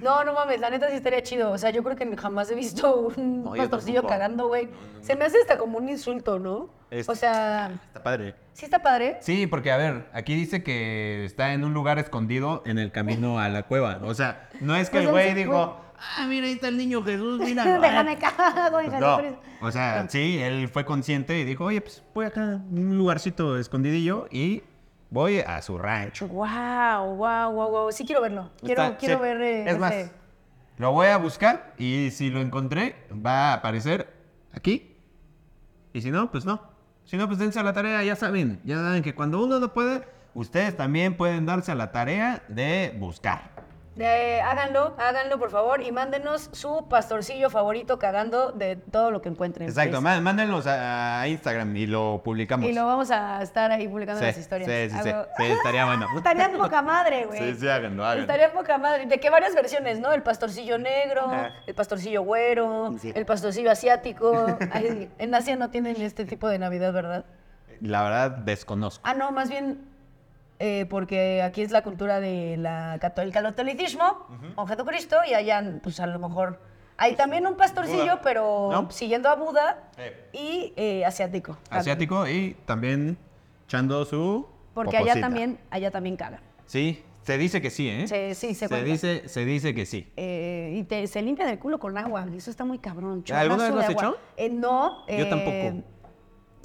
Speaker 1: No, no mames, la neta sí estaría chido. O sea, yo creo que jamás he visto un
Speaker 3: No, yo
Speaker 1: pastorcillo
Speaker 3: tampoco.
Speaker 1: cagando, güey. Se me hace hasta como un insulto, ¿no?
Speaker 3: Es-
Speaker 1: O sea,
Speaker 3: Está padre.
Speaker 1: sí está padre.
Speaker 3: Sí, porque a ver, aquí dice que está en un lugar escondido en el camino a la cueva. O sea, no es que
Speaker 1: Pues
Speaker 3: el güey
Speaker 1: él se
Speaker 3: dijo, ah, mira, ahí está el niño Jesús, mira. eh, pues
Speaker 1: Déjame cago, hija
Speaker 3: No.
Speaker 1: de Cristo.
Speaker 3: O sea, sí, él fue consciente y dijo, oye, pues voy acá a un lugarcito escondidillo y voy a su rancho.
Speaker 1: Wow, wow, wow, wow. Sí quiero verlo. Quiero,
Speaker 3: Está-
Speaker 1: quiero
Speaker 3: sí.
Speaker 1: ver. eh,
Speaker 3: Es más,
Speaker 1: ese-
Speaker 3: lo voy a buscar y si lo encontré, va a aparecer aquí. Y si no, pues no. Si no, pues dense a la tarea, ya saben. Ya saben que cuando uno no puede, ustedes también pueden darse a la tarea de buscar.
Speaker 1: de- háganlo, háganlo por favor y mándenos su pastorcillo favorito cagando de todo lo que encuentren.
Speaker 3: Exacto,
Speaker 1: please.
Speaker 3: má- mándenlos a a Instagram y lo publicamos.
Speaker 1: Y lo vamos a estar ahí publicando
Speaker 3: Sí,
Speaker 1: las historias.
Speaker 3: sí, sí, sí.
Speaker 1: Hago-
Speaker 3: Sí, estaría bueno.
Speaker 1: Estaría poca madre, güey.
Speaker 2: Sí, sí, háganlo, háganlo.
Speaker 1: Estaría poca madre. De que varias versiones, ¿no? El pastorcillo negro, el pastorcillo güero, el pastorcillo asiático. Ay, en Asia no tienen este tipo de Navidad, ¿verdad?
Speaker 3: La verdad, desconozco.
Speaker 1: Ah, no, más bien eh, porque aquí es la cultura de la católica, el catolicismo, con Jesucristo, y allá, pues a lo mejor. Hay también un pastorcillo,
Speaker 2: Buda,
Speaker 1: pero
Speaker 3: ¿no?
Speaker 1: siguiendo a Buda
Speaker 2: Eh.
Speaker 1: y eh, asiático.
Speaker 3: Asiático y también echando su.
Speaker 1: Porque allá
Speaker 3: poposita.
Speaker 1: también, allá también cagan.
Speaker 3: Sí, se dice que sí, ¿eh?
Speaker 1: Se- sí, se
Speaker 3: se
Speaker 1: cuenta.
Speaker 3: dice, se dice que sí.
Speaker 1: Eh, y te- se limpian el culo con agua. Eso está muy cabrón. Chorrazo
Speaker 3: ¿Alguna vez lo
Speaker 1: de
Speaker 3: has
Speaker 1: agua.
Speaker 3: hecho?
Speaker 1: Eh, no.
Speaker 3: Yo
Speaker 1: eh,
Speaker 3: tampoco.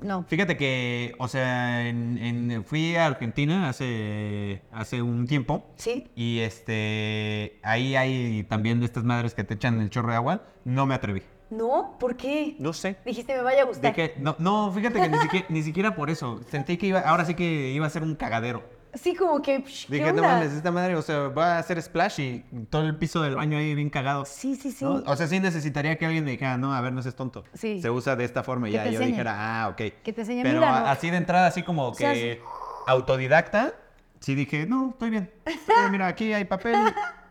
Speaker 1: No.
Speaker 3: Fíjate que, o sea, en- en- fui a Argentina hace, hace un tiempo
Speaker 1: ¿Sí?
Speaker 3: y este ahí hay también de estas madres que te echan el chorro de agua. No me atreví.
Speaker 1: ¿No? ¿Por qué?
Speaker 3: No sé.
Speaker 1: Dijiste, me vaya a gustar.
Speaker 3: Dije, no, no, fíjate que ni siquiera, ni siquiera por eso. Sentí que iba, ahora sí que iba a ser un cagadero.
Speaker 1: Sí, como que. psh, ¿qué
Speaker 3: Dije, no
Speaker 1: onda?
Speaker 3: mames, esta madre, o sea, va a hacer splash y todo el piso del baño ahí bien cagado.
Speaker 1: Sí, sí, sí.
Speaker 3: ¿no? O sea, sí necesitaría que alguien me dijera, no, a ver, no seas tonto.
Speaker 1: Sí.
Speaker 3: Se usa de esta forma y
Speaker 1: Que
Speaker 3: ya
Speaker 1: te
Speaker 3: yo
Speaker 1: enseñe.
Speaker 3: dijera, ah, ok.
Speaker 1: Que te enseñe,
Speaker 3: Pero
Speaker 1: mira,
Speaker 3: a-
Speaker 1: no.
Speaker 3: así de entrada, así como que
Speaker 1: sea, sí.
Speaker 3: autodidacta, sí dije, no, estoy bien. Estoy bien, Mira, aquí hay papel,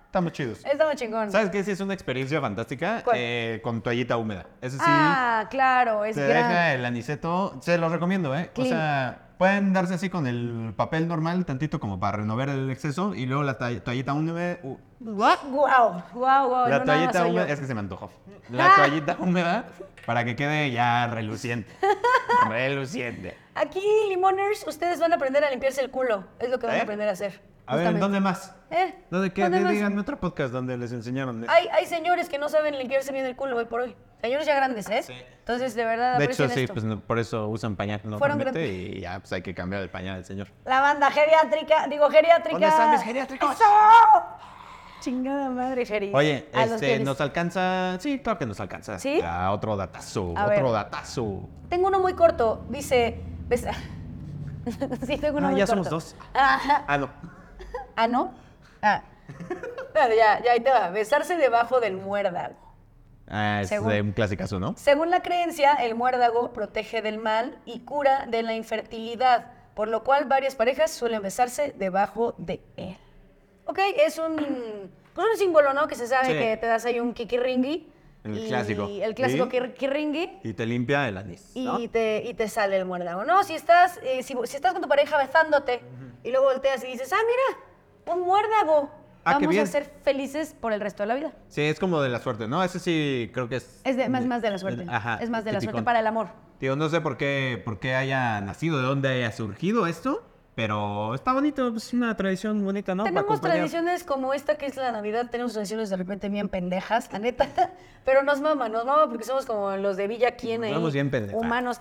Speaker 3: estamos chidos.
Speaker 1: Está muy chingón.
Speaker 3: ¿Sabes qué? Sí es una experiencia fantástica
Speaker 1: ¿Cuál?
Speaker 3: eh, con toallita húmeda. Eso sí,
Speaker 1: Ah, claro, es
Speaker 3: te
Speaker 1: gran.
Speaker 3: deja el aniceto. Se los recomiendo, ¿eh?
Speaker 1: Clean.
Speaker 3: O sea, pueden darse así con el papel normal, tantito como para renovar el exceso, y luego la ta- toallita húmeda... u-
Speaker 1: Wow, wow, wow.
Speaker 3: la
Speaker 1: no, nada más
Speaker 3: toallita
Speaker 1: soy
Speaker 3: húmeda,
Speaker 1: yo.
Speaker 3: es que se me antojó. La toallita húmeda para que quede ya reluciente. reluciente.
Speaker 1: Aquí, limoners, ustedes van a aprender a limpiarse el culo. Es lo que van a
Speaker 3: ¿Eh?
Speaker 1: aprender a hacer.
Speaker 3: A ver, ¿en
Speaker 1: justamente.
Speaker 3: dónde más?
Speaker 1: ¿Eh?
Speaker 3: ¿Dónde qué?
Speaker 1: ¿Dónde
Speaker 3: Dí-
Speaker 1: más?
Speaker 3: Díganme otro podcast donde les enseñaron. eso.
Speaker 1: Hay, hay señores que no saben limpiarse bien el culo hoy por hoy. Señores ya grandes, ¿eh? Entonces, de verdad,
Speaker 3: de hecho,
Speaker 1: aprecien
Speaker 3: sí,
Speaker 1: esto.
Speaker 3: pues no- por eso usan pañal
Speaker 1: Fueron
Speaker 3: normalmente y ya pues hay que cambiar el pañal del señor.
Speaker 1: La banda geriátrica, digo geriátrica.
Speaker 3: ¿Dónde están mis geriátricos?
Speaker 1: ¡Eso! Chingada madre, Geri.
Speaker 3: Oye,
Speaker 1: A los
Speaker 3: este,
Speaker 1: geris.
Speaker 3: nos alcanza. Sí, claro que nos alcanza.
Speaker 1: ¿Sí?
Speaker 3: A otro datazo,
Speaker 1: A
Speaker 3: otro
Speaker 1: ver.
Speaker 3: datazo.
Speaker 1: Tengo uno muy corto, dice... besa- sí, tengo uno
Speaker 3: Ah,
Speaker 1: muy
Speaker 3: ya
Speaker 1: corto.
Speaker 3: somos dos.
Speaker 1: Ajá.
Speaker 3: Ah, no.
Speaker 1: Ah, ¿no? Ah. Claro, ya, ya, ahí te va. Besarse debajo del muérdago.
Speaker 3: Ah, es
Speaker 1: Según-
Speaker 3: de un clasicazo, ¿no?
Speaker 1: Según la creencia, el muérdago protege del mal y cura de la infertilidad, por lo cual varias parejas suelen besarse debajo de él. Ok, es un, pues un símbolo, ¿no? Que se sabe
Speaker 3: Sí.
Speaker 1: que te das ahí un kikirringui
Speaker 3: El
Speaker 1: y
Speaker 3: clásico.
Speaker 1: El clásico
Speaker 2: Sí.
Speaker 1: que, que ringue.
Speaker 2: Y te limpia el anís.
Speaker 1: Y,
Speaker 2: ¿no?
Speaker 1: te, y te sale el muérdago. No, si estás, eh, si, si estás con tu pareja besándote y luego volteas y dices, ah, mira, un muérdago.
Speaker 3: Ah, qué
Speaker 1: Vamos a
Speaker 3: bien.
Speaker 1: ser felices por el resto de la vida.
Speaker 3: Sí, es como de la suerte, ¿no? Ese sí creo que es...
Speaker 1: Es de- más- más de la suerte. Es más de la suerte
Speaker 3: típico.
Speaker 1: para el amor.
Speaker 3: Tío, no sé por qué, por qué haya nacido, de dónde haya surgido esto, pero está bonito, pues, es una tradición bonita, ¿no? Para
Speaker 1: tenemos
Speaker 3: acompañar.
Speaker 1: tradiciones como esta que es la Navidad, tenemos tradiciones de repente bien pendejas, la neta. Pero nos mama, nos mama porque somos como los de Villa Quien
Speaker 3: Nos
Speaker 1: ahí.
Speaker 3: vamos bien pendejas.
Speaker 1: Humanos.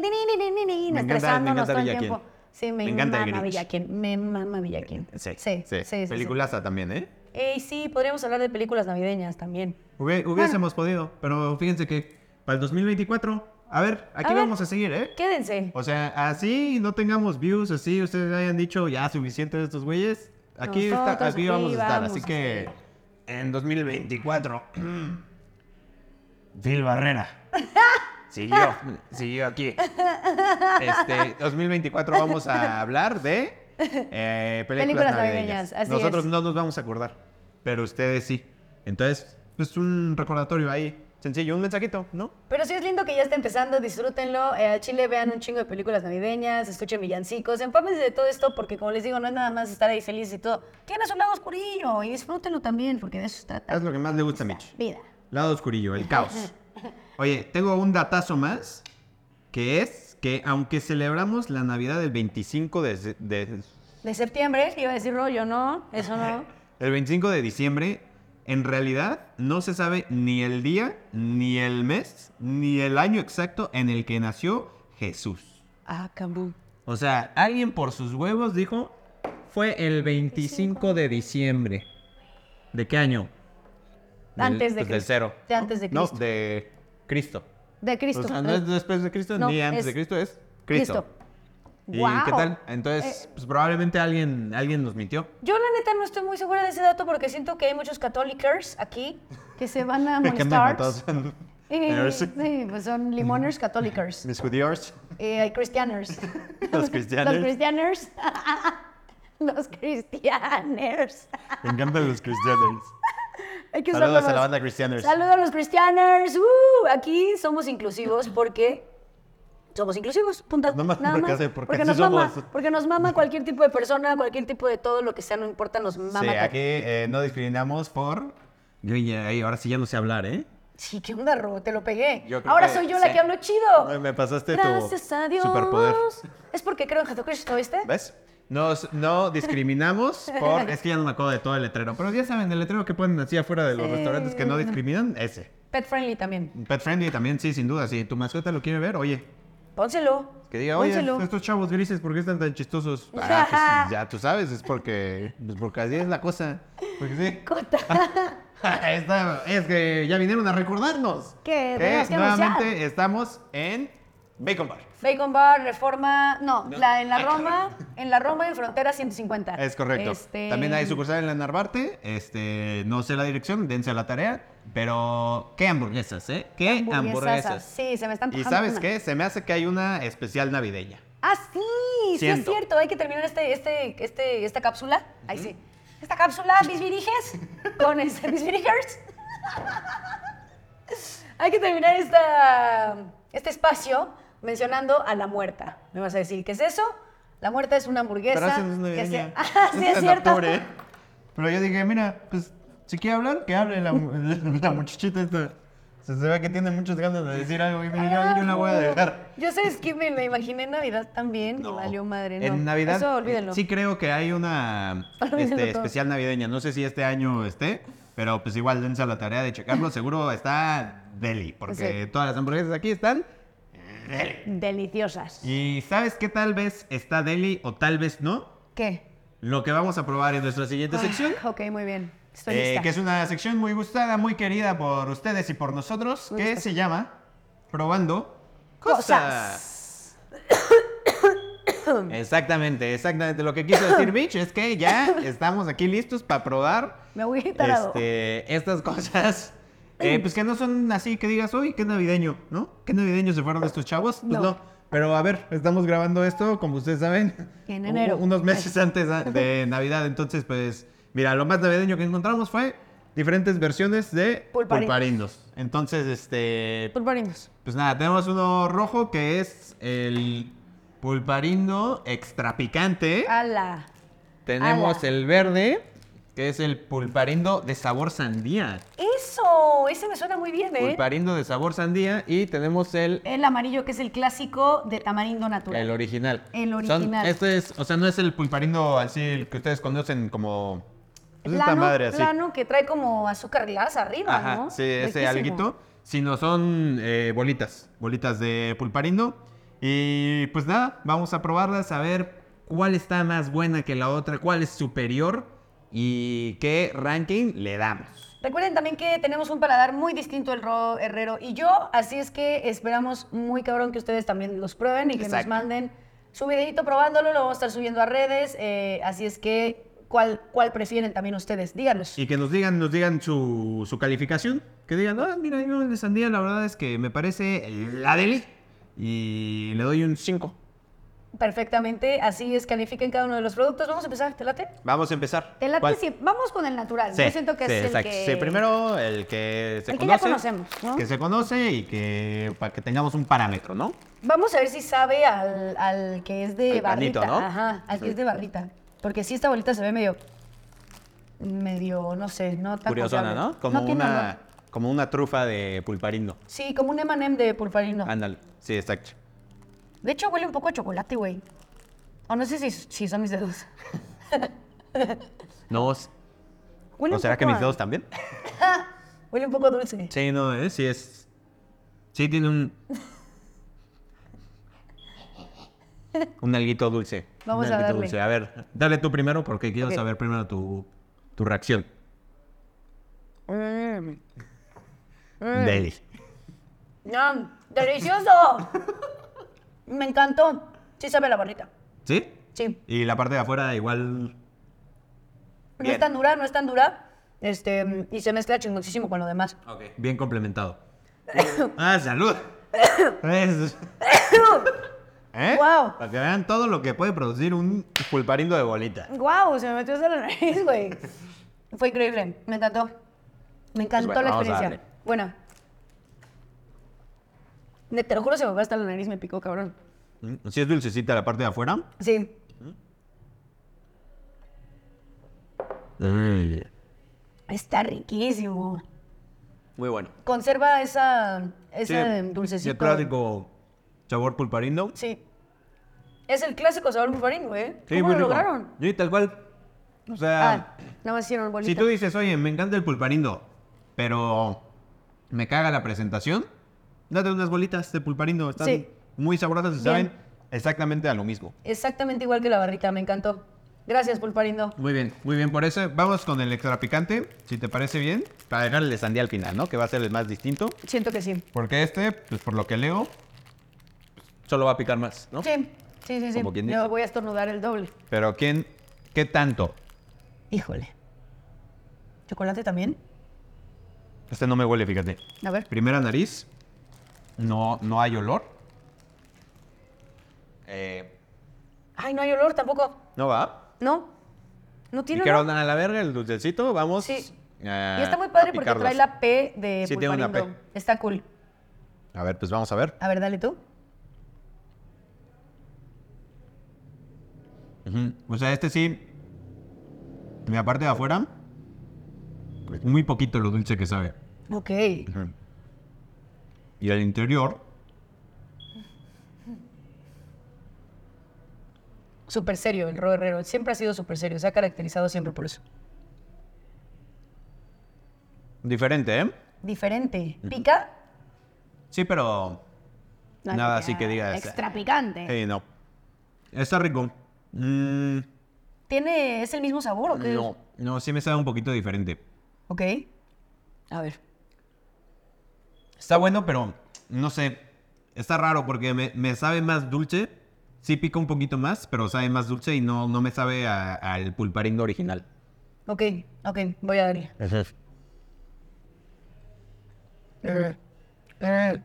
Speaker 1: Estresándonos todo el
Speaker 3: Villa
Speaker 1: tiempo.
Speaker 3: Quien.
Speaker 1: Sí, me,
Speaker 3: Me encanta el
Speaker 1: mama
Speaker 3: Grinch. Eh,
Speaker 1: Villa Quien. Me mama Villa Quien.
Speaker 3: Sí,
Speaker 1: sí, sí. sí, sí.
Speaker 3: Peliculaza también, ¿eh?
Speaker 1: Ey, sí, podríamos hablar de películas navideñas también.
Speaker 3: Hubie- hubiésemos podido, pero fíjense que para el 2024, a ver, aquí
Speaker 1: A ver.
Speaker 3: vamos a seguir, ¿eh?
Speaker 1: Quédense.
Speaker 3: O sea, así no tengamos views, así ustedes hayan dicho ya suficiente de estos güeyes. Aquí, está-
Speaker 1: Nosotros
Speaker 3: aquí
Speaker 1: aquí
Speaker 3: vamos a estar,
Speaker 1: vamos
Speaker 3: así
Speaker 1: a
Speaker 3: que en 2024. Phil Barrera. Siguió, siguió aquí. Este, 2024 vamos a hablar de eh, películas,
Speaker 1: Películas
Speaker 3: navideñas.
Speaker 1: navideñas, así
Speaker 3: Nosotros
Speaker 1: es.
Speaker 3: no nos vamos a acordar, pero ustedes sí. Entonces, pues un recordatorio ahí, sencillo, un mensajito, ¿no?
Speaker 1: Pero sí es lindo que ya está empezando, disfrútenlo. Eh, a Chile vean un chingo de películas navideñas, escuchen villancicos, empámense de todo esto porque, como les digo, no es nada más estar ahí feliz y todo. Tienes un lado oscurillo y disfrútenlo también porque de eso se trata.
Speaker 3: Es lo que más le gusta a Mitch.
Speaker 1: Vida.
Speaker 3: Lado oscurillo, el caos. Oye, tengo un datazo más, que es que aunque celebramos la Navidad del 25 de, se- de-
Speaker 1: De septiembre, iba a decir rollo, ¿no? Eso no.
Speaker 3: el 25 de diciembre, en realidad no se sabe ni el día, ni el mes, ni el año exacto en el que nació Jesús.
Speaker 1: Ah, cambú.
Speaker 3: O sea, alguien por sus huevos dijo, fue el 25 de diciembre. ¿De qué año? Del-
Speaker 1: Antes de
Speaker 3: pues, del
Speaker 1: Cristo.
Speaker 3: cero.
Speaker 1: De antes de
Speaker 3: No,
Speaker 1: Cristo.
Speaker 3: de Cristo.
Speaker 1: De Cristo.
Speaker 3: O sea, no es después de Cristo
Speaker 1: No,
Speaker 3: ni antes
Speaker 1: es
Speaker 3: de Cristo, es Cristo.
Speaker 1: Cristo.
Speaker 3: ¿Y
Speaker 1: Guau. Eh,
Speaker 3: qué tal? Entonces, pues probablemente alguien, alguien nos mintió.
Speaker 1: Yo, la neta, no estoy muy segura de ese dato porque siento que hay muchos católicos aquí que se van a
Speaker 3: Que andan
Speaker 1: molestar.
Speaker 3: matados.
Speaker 1: Eh,
Speaker 2: Nerds.
Speaker 1: sí, pues son limoners católicos.
Speaker 2: Mis judíos.
Speaker 1: Eh, hay cristianers.
Speaker 2: Los cristianers.
Speaker 1: Los cristianers. Los cristianers.
Speaker 2: Me encantan los cristianos.
Speaker 1: Hay que
Speaker 2: Saludos
Speaker 1: usarlo
Speaker 2: a la
Speaker 1: más.
Speaker 2: banda cristianers.
Speaker 1: Saludos a los cristianers. Uh, aquí somos inclusivos porque somos inclusivos. Punto.
Speaker 2: Nada más porque hace- porque así
Speaker 1: nos mama.
Speaker 2: somos.
Speaker 1: Porque nos mama cualquier tipo de persona, cualquier tipo de todo lo que sea, no importa, nos mama.
Speaker 3: Sí,
Speaker 1: todo.
Speaker 3: aquí eh, no discriminamos por... Yo ya- ay, ahora sí ya no sé hablar, ¿eh?
Speaker 1: Sí, qué onda, Ru, te lo pegué.
Speaker 2: Yo creo
Speaker 1: Ahora
Speaker 2: que
Speaker 1: soy yo la
Speaker 2: sí.
Speaker 1: que hablo chido.
Speaker 2: Ay, me pasaste tu
Speaker 1: Gracias a Dios.
Speaker 2: superpoder.
Speaker 1: Es porque creo en Jesucristo, ¿viste?
Speaker 3: ¿Ves? Nos, no discriminamos por... Es que ya no me acuerdo de todo el letrero. Pero ya saben, el letrero que ponen así afuera de los
Speaker 1: Sí.
Speaker 3: restaurantes que no discriminan, ese.
Speaker 1: Pet friendly también.
Speaker 3: Pet friendly también, sí, sin duda. Si tu mascota lo quiere ver, oye,
Speaker 1: Pónselo.
Speaker 3: Que diga, oye,
Speaker 1: Pónselo.
Speaker 3: estos chavos grises, ¿por qué están tan chistosos? Ah, pues, ya tú sabes, es porque, pues, porque así es la cosa. Porque sí.
Speaker 1: Cota.
Speaker 3: Está- es que ya vinieron a recordarnos.
Speaker 1: Que tenemos que
Speaker 3: nuevamente
Speaker 1: anunciar.
Speaker 3: estamos en Bacon Bar.
Speaker 1: Bacon Bar, Reforma, no, La, en la Roma, en la Roma en Frontera 150.
Speaker 3: Es correcto.
Speaker 1: Este,
Speaker 3: También hay sucursal en la Narvarte. Este, no sé la dirección, dense a la tarea. Pero, ¿qué hamburguesas, eh? ¿Qué
Speaker 1: hamburguesas.
Speaker 3: hamburguesas?
Speaker 1: Sí, se me están
Speaker 3: Y
Speaker 1: antojando
Speaker 3: sabes
Speaker 1: una.
Speaker 3: qué? Se me hace que hay una especial navideña.
Speaker 1: Ah, sí, sí es
Speaker 3: Siento.
Speaker 1: cierto. Hay que terminar este, este, este, esta cápsula. Ahí sí. Esta cápsula, bisbiriges, con este, bisbirigers. hay que terminar esta, este espacio mencionando a la muerta. Me vas a decir, ¿qué es eso? La muerta es una hamburguesa.
Speaker 3: Pero hace no es
Speaker 1: que se-
Speaker 3: navideña.
Speaker 1: Ah, sí, es
Speaker 3: en
Speaker 1: cierto.
Speaker 3: octubre. Pero yo dije, mira, pues, si quiere hablar, que hable la, mu- la muchachita esta. Se, se ve que tiene muchas ganas de decir algo y me yo, yo la voy a dejar.
Speaker 1: Ah, Yo sé, es que me la imaginé en Navidad también y valió madre. No.
Speaker 3: En Navidad,
Speaker 1: Eso olvídenlo.
Speaker 3: sí creo que hay una
Speaker 1: Olvídenlo
Speaker 3: este,
Speaker 1: todo.
Speaker 3: especial navideña. No sé si este año esté, pero pues igual dense a la tarea de checarlo. Seguro está deli, porque
Speaker 1: Sí.
Speaker 3: todas las hamburguesas aquí están
Speaker 1: Deliciosas.
Speaker 3: Y sabes que tal vez está deli o tal vez no.
Speaker 1: ¿Qué?
Speaker 3: Lo que vamos a probar en nuestra siguiente sección.
Speaker 1: Ah, ok, muy bien. Estoy
Speaker 3: eh,
Speaker 1: lista.
Speaker 3: que es una sección muy gustada, muy querida por ustedes y por nosotros,
Speaker 1: Muy
Speaker 3: que
Speaker 1: gustosa.
Speaker 3: se llama Probando Cosas.
Speaker 1: Cosas.
Speaker 3: Exactamente, exactamente. Lo que quiso decir Mitch es que ya estamos aquí listos para probar
Speaker 1: Me voy tarado.
Speaker 3: este, estas cosas. eh, pues que no son así que digas, uy, qué navideño, ¿no? ¿Qué navideños se fueron estos chavos? Pues no.
Speaker 1: No.
Speaker 3: Pero a ver, estamos grabando esto, como ustedes saben,
Speaker 1: En
Speaker 3: u-
Speaker 1: enero.
Speaker 3: ah, unos meses antes a- de Navidad. Entonces, pues, mira, lo más navideño que encontramos fue diferentes versiones de
Speaker 1: Pulparindos.
Speaker 3: pulparindos. Entonces, este,
Speaker 1: Pulparinos.
Speaker 3: pues nada, tenemos uno rojo que es el pulparindo extra picante.
Speaker 1: Ala.
Speaker 3: Tenemos
Speaker 1: ala.
Speaker 3: el verde, que es el pulparindo de sabor sandía.
Speaker 1: Eso, ese me suena muy bien, ¿eh?
Speaker 3: Pulparindo de sabor sandía y tenemos el,
Speaker 1: El amarillo que es el clásico de tamarindo natural.
Speaker 3: el original.
Speaker 1: El
Speaker 3: Son-
Speaker 1: original.
Speaker 3: este es, o sea, no es el pulparindo así el que ustedes conocen como pues esta
Speaker 1: plano,
Speaker 3: madre así.
Speaker 1: plano que trae como azúcar glass arriba,
Speaker 3: Ajá,
Speaker 1: ¿no?
Speaker 3: sí, ese
Speaker 1: Riquísimo.
Speaker 3: alguito, sino son eh, bolitas, bolitas de pulparindo. Y pues nada, vamos a probarlas, a ver cuál está más buena que la otra, cuál es superior y qué ranking le damos.
Speaker 1: Recuerden también que tenemos un paladar muy distinto el Ro Herrero y yo, así es que esperamos muy cabrón que ustedes también los prueben y que
Speaker 3: Exacto.
Speaker 1: nos manden su videito probándolo, lo vamos a estar subiendo a redes, eh, así es que cuál, cuál prefieren también ustedes, díganos.
Speaker 3: Y que nos digan, nos digan su, su calificación, que digan, ah, mira, yo el de sandía la verdad es que me parece la deli y le doy un 5.
Speaker 1: Perfectamente, así es, califiquen cada uno de los productos. Vamos a empezar, ¿te late?
Speaker 3: Vamos a empezar.
Speaker 1: Te late,
Speaker 3: ¿Cuál?
Speaker 1: sí, vamos con el natural.
Speaker 3: Sí,
Speaker 1: yo siento que
Speaker 3: sí,
Speaker 1: es el
Speaker 3: exacto.
Speaker 1: que...
Speaker 3: Sí, primero el que se
Speaker 1: El que ya
Speaker 3: conoce.
Speaker 1: conocemos, ¿no?
Speaker 3: Que se conoce y que para que tengamos un parámetro, ¿no?
Speaker 1: Vamos a ver si sabe al, al que es de
Speaker 3: Al
Speaker 1: barrita.
Speaker 3: planito, ¿no?
Speaker 1: Ajá, al que es de barrita. Porque sí, esta bolita se ve medio. medio, no sé, no tan.
Speaker 3: Curiosona,
Speaker 1: confiable.
Speaker 3: ¿no? Como
Speaker 1: tiene olor.
Speaker 3: una como una trufa de pulparindo.
Speaker 1: Sí, como un emanem de pulparino.
Speaker 3: Ándale. Sí, exacto.
Speaker 1: De hecho, huele un poco a chocolate, güey. O no sé si, si son mis dedos.
Speaker 3: No,
Speaker 1: Huele
Speaker 3: ¿o
Speaker 1: un
Speaker 3: será que
Speaker 1: poco
Speaker 3: mis
Speaker 1: a- Ah,
Speaker 3: dedos también?
Speaker 1: Huele un poco dulce.
Speaker 3: Sí, no, eh, sí es Sí tiene un un alguito dulce.
Speaker 1: Vamos
Speaker 3: un
Speaker 1: a
Speaker 3: alguito
Speaker 1: darle.
Speaker 3: dulce. A ver, dale tú primero porque quiero
Speaker 1: Ok.
Speaker 3: saber primero tu tu reacción.
Speaker 1: Mm.
Speaker 3: Deli.
Speaker 1: ¡Ñam! ¡Delicioso! Me encantó. Sí, sabe a la barrita.
Speaker 3: ¿Sí?
Speaker 1: Sí.
Speaker 3: Y la parte de afuera igual
Speaker 1: No es tan dura, no es tan dura. Este, y se mezcla chingoncísimo con lo demás.
Speaker 3: Bien complementado. ah, salud. Es- ¿Eh?
Speaker 1: Guau.
Speaker 3: Para que vean todo lo que puede producir un pulparindo de bolita.
Speaker 1: ¡Guau! se me metió hasta la nariz, güey. Fue increíble. Me encantó. Me encantó
Speaker 3: Pues bueno,
Speaker 1: la
Speaker 3: vamos a
Speaker 1: experiencia.
Speaker 3: darle.
Speaker 1: Bueno. Ne- Te lo juro, se me fue hasta la nariz, me picó, cabrón.
Speaker 3: Mm, Si es dulcecita la parte de afuera.
Speaker 1: Sí. Está riquísimo.
Speaker 3: Muy bueno.
Speaker 1: Conserva esa, esa em,
Speaker 3: El
Speaker 1: dulcecito.
Speaker 3: clásico sabor pulparindo.
Speaker 1: Sí. Es el clásico sabor bufarín, güey.
Speaker 3: Sí,
Speaker 1: ¿Cómo
Speaker 3: muy
Speaker 1: lo
Speaker 3: rico.
Speaker 1: lograron?
Speaker 3: Sí, tal cual. O
Speaker 1: Ah,
Speaker 3: sea,
Speaker 1: nada más hicieron bolita.
Speaker 3: si tú dices, oye, me encanta el pulparindo, pero me caga la presentación, date unas bolitas de pulparindo. Están
Speaker 1: Sí.
Speaker 3: muy sabrosas y
Speaker 1: Bien.
Speaker 3: saben exactamente a lo mismo.
Speaker 1: Exactamente igual que la barrita, me encantó. Gracias, Pulparindo.
Speaker 3: Muy bien, muy bien por eso. Vamos con el extra picante, si te parece bien. Para dejar el de sandía al final, ¿no? Que va a ser el más distinto.
Speaker 1: Siento que sí.
Speaker 3: Porque este, pues por lo que leo, solo va a picar más, ¿no?
Speaker 1: Sí, sí, sí, sí.
Speaker 3: Como quien
Speaker 1: Yo
Speaker 3: dice.
Speaker 1: voy a estornudar el doble.
Speaker 3: Pero ¿quién? ¿Qué tanto?
Speaker 1: Híjole. ¿Chocolate también?
Speaker 3: Este no me huele, fíjate.
Speaker 1: A ver.
Speaker 3: Primera nariz. No, no hay olor. Eh,
Speaker 1: Ay, no hay olor tampoco.
Speaker 3: no va.
Speaker 1: No. No tiene
Speaker 3: Picaron
Speaker 1: olor.
Speaker 3: a la verga el dulcecito, vamos.
Speaker 1: Sí.
Speaker 3: eh,
Speaker 1: Y está muy
Speaker 3: a
Speaker 1: padre porque
Speaker 3: picarlas.
Speaker 1: trae la P de
Speaker 3: Sí, tiene una
Speaker 1: Pulparindo. Está cool.
Speaker 3: A ver, pues vamos a ver.
Speaker 1: A ver, dale tú.
Speaker 3: Ujú. O sea, este sí. En la parte de afuera. Muy poquito lo dulce que sabe.
Speaker 1: Ok.
Speaker 3: Y al interior.
Speaker 1: Súper serio el Ro Herrero. Siempre ha sido súper serio. Se ha caracterizado siempre por eso.
Speaker 3: Diferente, ¿eh?
Speaker 1: Diferente. ¿Pica?
Speaker 3: Sí, pero.
Speaker 1: No,
Speaker 3: Nada
Speaker 1: pica.
Speaker 3: así que digas.
Speaker 1: Ah,
Speaker 3: "Ah,
Speaker 1: Extra picante.
Speaker 3: Sí, no. Está rico. Mm,
Speaker 1: ¿Tiene, ¿Es el mismo sabor o qué?
Speaker 3: no, no, sí me sabe un poquito diferente.
Speaker 1: Ok. A ver.
Speaker 3: Está bueno, pero no sé. Está raro porque me, me sabe más dulce. Sí pica un poquito más, pero sabe más dulce y no, no me sabe a- al pulparindo original.
Speaker 1: Ok, ok. Voy a darle. Mm. Mm.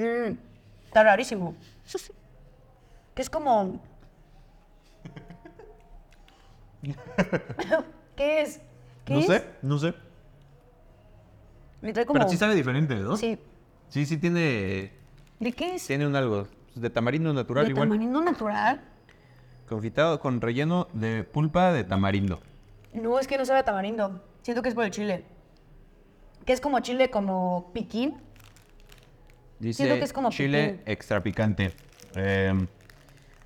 Speaker 1: Mm. Está rarísimo. Que es como. ¿Qué es? ¿Qué
Speaker 2: no
Speaker 1: es?
Speaker 2: sé, no sé.
Speaker 1: Me trae como...
Speaker 3: Pero sí sabe diferente, ¿no?
Speaker 1: Sí.
Speaker 3: Sí, sí tiene,
Speaker 1: ¿De qué es?
Speaker 2: Tiene un algo pues, de tamarindo natural
Speaker 1: ¿De
Speaker 2: igual.
Speaker 1: tamarindo natural?
Speaker 2: Confitado con relleno
Speaker 3: de pulpa de tamarindo.
Speaker 1: No, es que no sabe a tamarindo. Siento que es por el chile. Que es como chile como piquín.
Speaker 2: Dice
Speaker 1: Siento que es como
Speaker 2: chile
Speaker 1: picante.
Speaker 2: extra picante. Eh,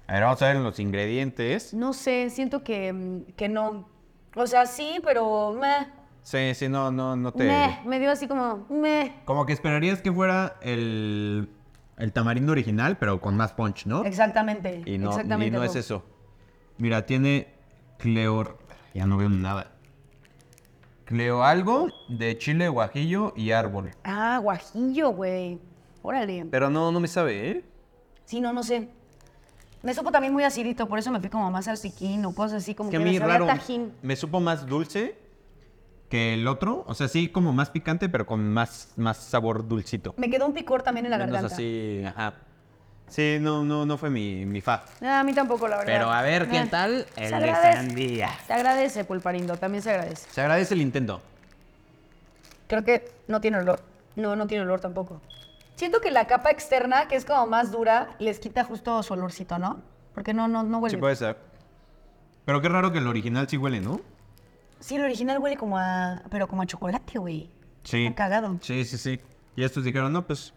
Speaker 2: a ver, vamos a ver los ingredientes.
Speaker 1: No sé, siento que, mm, que no. O sea, sí, pero meh,
Speaker 2: Sí, sí, no, no, no te.
Speaker 1: meh, me dio así como meh.
Speaker 3: Como que esperarías que fuera el, el tamarindo original, pero con más punch, ¿no?
Speaker 1: Exactamente.
Speaker 2: Y no,
Speaker 1: exactamente
Speaker 2: y no es eso.
Speaker 3: Mira, tiene cleor... Ya no veo nada.
Speaker 2: Cleo algo de chile guajillo y árbol.
Speaker 1: Ah, guajillo, güey. Órale.
Speaker 2: Pero no, no me sabe, ¿eh?
Speaker 1: Sí, no, no sé. Me supo también muy acidito, por eso me fui como más al piquín o cosas así, como
Speaker 2: Es que
Speaker 1: que,
Speaker 2: a
Speaker 1: me
Speaker 2: mí
Speaker 1: sabía
Speaker 2: raro.
Speaker 1: tajín.
Speaker 2: Me supo más dulce
Speaker 3: Que el otro, o sea, sí como más picante, pero
Speaker 2: pero con más, más sabor dulcito.
Speaker 1: Me quedó un picor también en la
Speaker 2: Menos
Speaker 1: garganta.
Speaker 2: así, ajá. Sí, no, no, no fue mi, mi fa.
Speaker 1: Ah, a mí tampoco, la verdad.
Speaker 2: Pero a ver qué
Speaker 1: Eh,
Speaker 2: tal
Speaker 1: se
Speaker 2: el de
Speaker 1: agradece.
Speaker 2: sandía.
Speaker 1: Se agradece, pulparindo, también se agradece.
Speaker 2: Se agradece el intento.
Speaker 1: Creo que no tiene olor. No, no tiene olor tampoco. Siento que la capa externa, que es como más dura, les quita justo su olorcito, ¿no? Porque no, no, no huele.
Speaker 2: Sí, pues.
Speaker 1: Sí,
Speaker 2: puede ser.
Speaker 3: Pero qué raro que el original sí huele, ¿no?
Speaker 1: el original huele como a. Pero como a chocolate, güey.
Speaker 3: Sí.
Speaker 1: Está cagado.
Speaker 3: Sí, sí, sí. Y estos dijeron, no, pues...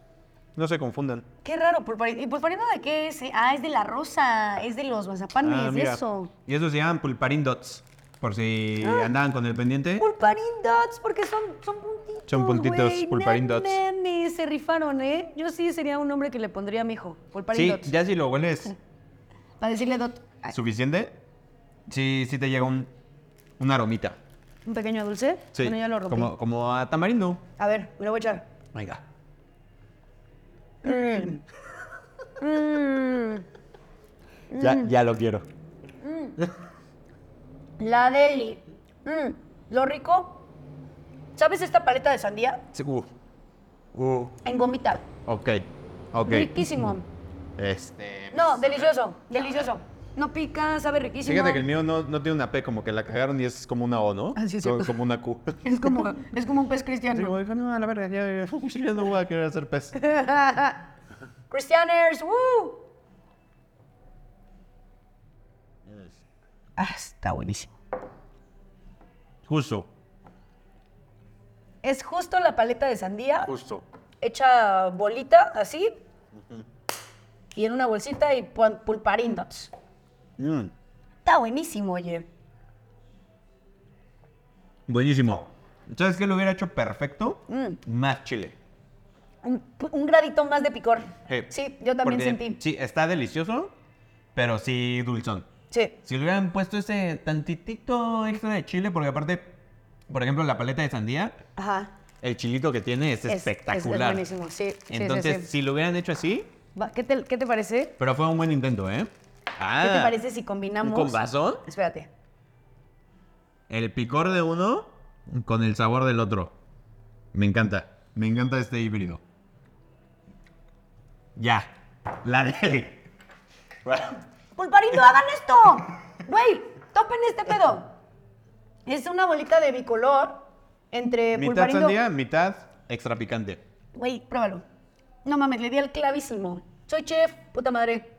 Speaker 2: No se confundan.
Speaker 1: Qué raro, pulparindo. ¿Y pulparindo de qué es? eh? Ah, es de la rosa, es de los mazapanes,
Speaker 2: Ah, mira.
Speaker 1: eso. Ah.
Speaker 3: Y estos se llaman pulparindots, por si andaban con el pendiente.
Speaker 1: Pulparindots, porque son, son puntitos.
Speaker 2: Son puntitos,
Speaker 1: güey.
Speaker 2: pulparindots.
Speaker 1: No mames, se rifaron, ¿eh? Yo sí sería un nombre que le pondría a mi hijo.
Speaker 3: Sí,
Speaker 1: Pulparindots.
Speaker 3: ya si lo hueles
Speaker 1: Para decirle dot. Ay,
Speaker 3: suficiente, sí, sí te llega un, una aromita.
Speaker 1: Un pequeño dulce.
Speaker 2: Sí,
Speaker 1: Bueno, ya lo rompí.
Speaker 3: Como, como a tamarindo.
Speaker 1: A ver, me lo voy a echar.
Speaker 2: Venga.
Speaker 1: Mm.
Speaker 2: Ya, ya lo quiero.
Speaker 1: La deli. Mm, Lo rico. ¿Sabes esta paleta de sandía?
Speaker 2: Sí, uh. Uh,
Speaker 1: En gomita.
Speaker 2: Ok, ok.
Speaker 1: Riquísimo.
Speaker 2: Este.
Speaker 1: No, delicioso, delicioso. No pica, sabe riquísimo.
Speaker 2: Fíjate que el mío no, no tiene una P, como que la cagaron y es como una O, ¿no?
Speaker 1: Ah, sí, es
Speaker 2: Co-
Speaker 1: cierto.
Speaker 2: Como una Q.
Speaker 1: es como, es como un pez cristiano.
Speaker 2: Digo, dijo, no, a la verga, ya, ya, ya no voy a querer hacer pez.
Speaker 1: Christianers, woo. Ah, está buenísimo.
Speaker 2: Justo.
Speaker 1: Es justo la paleta de sandía,
Speaker 2: Justo.
Speaker 1: hecha bolita, así. Y en una bolsita y pon- pulparindots.
Speaker 2: Mm,
Speaker 1: Está buenísimo, oye.
Speaker 2: Oh.
Speaker 3: Buenísimo. ¿Sabes qué lo hubiera hecho perfecto?
Speaker 1: Mm.
Speaker 2: Más chile.
Speaker 1: Un, un gradito más de picor.
Speaker 2: Hey,
Speaker 1: Sí, yo también
Speaker 2: porque-
Speaker 1: sentí.
Speaker 3: Eh, Sí, está delicioso, pero sí dulzón.
Speaker 1: Sí.
Speaker 3: Si le hubieran puesto ese tantitito extra de chile, porque aparte, por ejemplo, la paleta de sandía,
Speaker 1: Ajá.
Speaker 3: el chilito que tiene es,
Speaker 1: Es- es- es
Speaker 3: espectacular.
Speaker 1: buenísimo, sí, sí, sí,
Speaker 3: Entonces,
Speaker 1: sí.
Speaker 3: si lo hubieran hecho así,
Speaker 1: Va, ¿Qué te, qué te parece?
Speaker 3: pero fue un buen intento, ¿eh?
Speaker 1: ¿Qué te
Speaker 3: Ah,
Speaker 1: parece si combinamos?
Speaker 3: ¿Un combazón?
Speaker 1: Espérate.
Speaker 3: El picor de uno con el sabor del otro. Me encanta. Me encanta este híbrido. Ya. La de.
Speaker 1: ¡Pulparindo, hagan esto! ¡Güey! ¡Topen este pedo! Es una bolita de bicolor entre
Speaker 2: mitad
Speaker 1: pulparindo.
Speaker 2: sandía, mitad extra picante.
Speaker 1: Güey, pruébalo. No mames, le di al clavísimo. Soy chef, puta madre.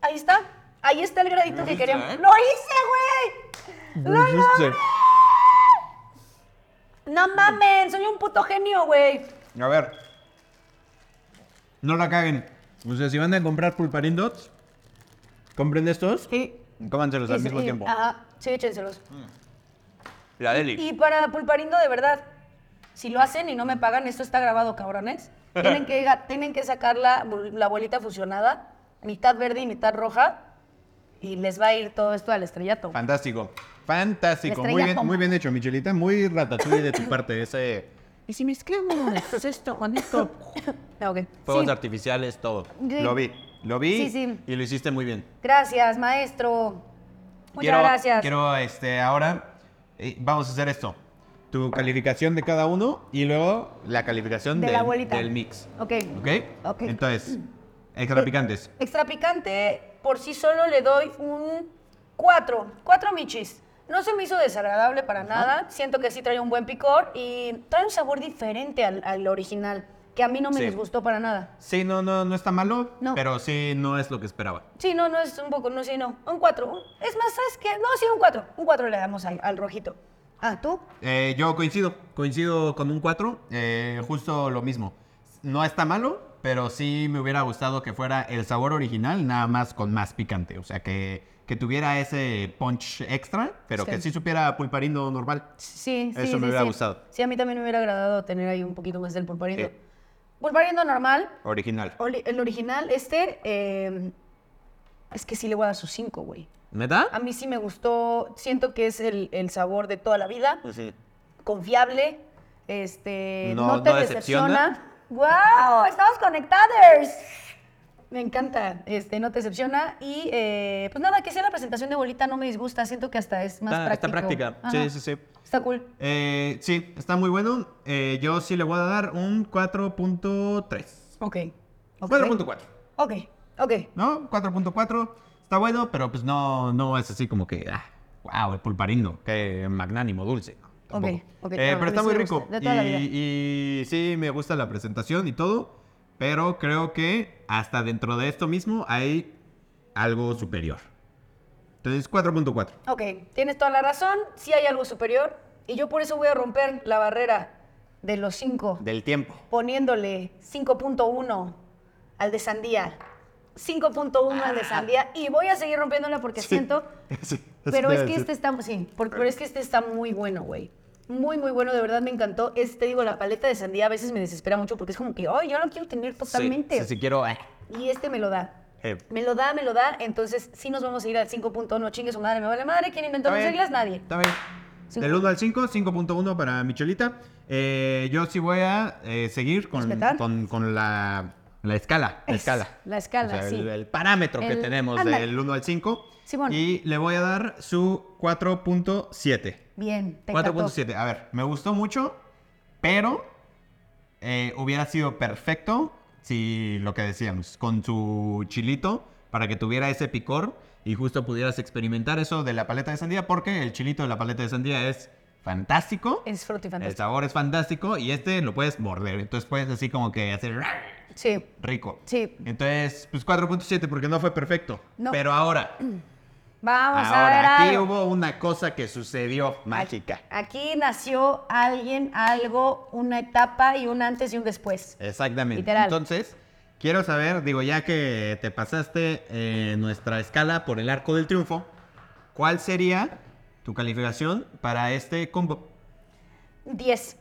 Speaker 1: Ahí está. Ahí está el gradito que queríamos. ¡Lo eh? hice, güey! ¡Lo
Speaker 2: Dijiste.
Speaker 1: No mames, soy un puto genio, güey.
Speaker 2: A ver,
Speaker 3: No la caguen. O sea, si van a comprar pulparindots, compren estos.
Speaker 1: Sí.
Speaker 2: cómanselos al
Speaker 1: Y-
Speaker 2: mismo
Speaker 1: y-
Speaker 2: tiempo.
Speaker 1: eh, Ajá, sí, Ah, échenselos.
Speaker 3: Mm.
Speaker 2: La deli.
Speaker 1: Y para Pulparindo, de verdad, si lo hacen y no me pagan, esto está grabado, cabrones. Tienen que, ga- tienen que sacar la, bol- la bolita fusionada, mitad verde y mitad roja, y les va a ir todo esto al estrellato.
Speaker 2: Fantástico.
Speaker 1: La
Speaker 2: Fantástico.
Speaker 1: estrella
Speaker 2: Muy bien,
Speaker 1: Poma.
Speaker 2: muy bien hecho, Michelita. Muy ratatouille de tu parte. Ese
Speaker 4: Y si mezclamos esto con esto,
Speaker 1: Ah, ok.
Speaker 2: fuegos
Speaker 1: Sí.
Speaker 2: artificiales, todo.
Speaker 1: Sí.
Speaker 2: Lo vi. Lo vi
Speaker 1: Sí, sí.
Speaker 2: y lo hiciste muy bien.
Speaker 1: Gracias, maestro. Muchas
Speaker 3: Quiero-
Speaker 1: gracias.
Speaker 3: Quiero, este, ahora eh, vamos a hacer esto. Tu calificación de cada uno y luego la calificación
Speaker 1: De la
Speaker 3: del,
Speaker 1: bolita.
Speaker 3: del mix.
Speaker 1: Ok.
Speaker 3: ¿Ok?
Speaker 1: Ok.
Speaker 3: Entonces, extra picantes.
Speaker 1: ¿eh? Extra picante, por sí solo le doy un Cuatro, cuatro michis. No se me hizo desagradable para nada. Siento que sí trae un buen picor y trae un sabor diferente al, al original, que a mí no me
Speaker 3: Sí.
Speaker 1: disgustó para nada.
Speaker 3: Sí, no, no, no está malo,
Speaker 1: No.
Speaker 3: pero sí no es lo que esperaba.
Speaker 1: Sí, no, no es un poco, no, sí, no. Un cuatro. un- Es más, ¿sabes qué? No, sí, un cuatro. Un cuatro le damos al, al rojito. Ah, ¿tú?
Speaker 3: Eh, yo coincido, coincido con un 4, justo lo mismo. No está malo, pero sí me hubiera gustado que fuera el sabor original, nada más con más picante. O sea, que, que tuviera ese punch extra, pero
Speaker 1: Sí.
Speaker 3: que sí supiera pulparindo normal.
Speaker 1: Sí, sí.
Speaker 3: Eso me
Speaker 1: sí,
Speaker 3: hubiera
Speaker 1: sí.
Speaker 3: gustado.
Speaker 1: Sí, a mí también me hubiera agradado tener ahí un poquito más del pulparindo.
Speaker 3: Sí.
Speaker 1: Pulparindo normal,
Speaker 3: Original.
Speaker 1: oli- el original, este, eh, es que sí le voy a dar sus cinco, güey. A
Speaker 3: ¿Neta?
Speaker 1: mí sí me gustó, siento que es el, el sabor de toda la vida, confiable, este, no,
Speaker 3: Pues No-
Speaker 1: te
Speaker 3: no
Speaker 1: decepciona.
Speaker 3: decepciona.
Speaker 1: ¡Wow! ¡Estamos conectados! Me encanta, este, no te decepciona. Y eh, pues nada, que sea la presentación de bolita no me disgusta, siento que hasta es más
Speaker 3: Está,
Speaker 1: práctico.
Speaker 3: está práctica.
Speaker 1: Ajá.
Speaker 3: Sí, sí, sí.
Speaker 1: Está cool.
Speaker 3: Eh, sí, está muy bueno. Eh, yo sí le voy a dar un 4.3.
Speaker 1: Ok. ok.
Speaker 3: 4.4.
Speaker 1: Ok, ok.
Speaker 3: ¿No? 4.4. Está bueno, pero pues no, no es así como que. Ah, wow, el pulparindo. Qué magnánimo, dulce. Tampoco.
Speaker 1: Ok, ok, no,
Speaker 3: Eh,
Speaker 1: a mí
Speaker 3: pero está
Speaker 1: sí
Speaker 3: muy
Speaker 1: me
Speaker 3: rico.
Speaker 1: gusta, de
Speaker 3: Y,
Speaker 1: toda la vida.
Speaker 3: y sí, me gusta la presentación y todo. Pero creo que hasta dentro de esto mismo hay algo superior. Entonces, 4.4.
Speaker 1: Ok, tienes toda la razón, sí hay algo superior y yo por eso voy a romper la barrera de los cinco,
Speaker 2: Del tiempo.
Speaker 1: poniéndole 5.1 al de sandía. 5.1 al de sandía y voy a seguir rompiéndola porque siento, pero es que este está, sí, por- pero es que este está muy bueno, güey. Muy, muy bueno, de verdad me encantó. Es, te digo, la paleta de sandía a veces me desespera mucho porque es como que, ay, yo lo quiero tener totalmente.
Speaker 2: Si quiero. eh.
Speaker 1: Y este me lo da.
Speaker 2: Eh.
Speaker 1: Me lo da, me lo da. Entonces, sí nos vamos a ir al 5.1. Chingue su madre, me vale madre. ¿Quién inventó
Speaker 3: Está
Speaker 1: las
Speaker 3: bien.
Speaker 1: pues, reglas? Nadie.
Speaker 3: Está bien.
Speaker 1: Cinco.
Speaker 3: Del 1 al 5, 5.1 para Michelita. Eh, yo sí voy a eh, seguir con,
Speaker 1: Respetar.
Speaker 3: con, con la, la escala. La
Speaker 1: Es,
Speaker 3: escala.
Speaker 1: la escala,
Speaker 3: O sea,
Speaker 1: sí.
Speaker 3: El, el parámetro que
Speaker 1: El-
Speaker 3: tenemos
Speaker 1: ándale.
Speaker 3: del 1 al 5.
Speaker 1: Simón.
Speaker 3: Y le voy a dar su 4.7.
Speaker 1: Bien, te cató.
Speaker 3: 4.7. A ver, me gustó mucho, pero eh, hubiera sido perfecto si lo que decíamos, con su chilito, para que tuviera ese picor y justo pudieras experimentar eso de la paleta de sandía, porque el chilito de la paleta de sandía es fantástico.
Speaker 1: Es
Speaker 3: El
Speaker 1: frutifantástica.
Speaker 3: sabor es fantástico y este lo puedes morder. Entonces puedes así como que hacer rar,
Speaker 1: Sí.
Speaker 3: rico.
Speaker 1: Sí.
Speaker 3: Entonces, pues 4.7 porque no fue perfecto.
Speaker 1: No.
Speaker 3: Pero ahora,
Speaker 1: Vamos a ver
Speaker 3: ahora aquí
Speaker 1: algo.
Speaker 3: hubo una cosa que sucedió mágica.
Speaker 1: Aquí nació alguien, algo, una etapa y un antes y un después.
Speaker 3: Exactamente.
Speaker 1: Literal.
Speaker 3: Entonces, quiero saber, digo, ya que te pasaste eh, nuestra escala por el arco del triunfo, ¿cuál sería tu calificación para este combo?
Speaker 1: 10.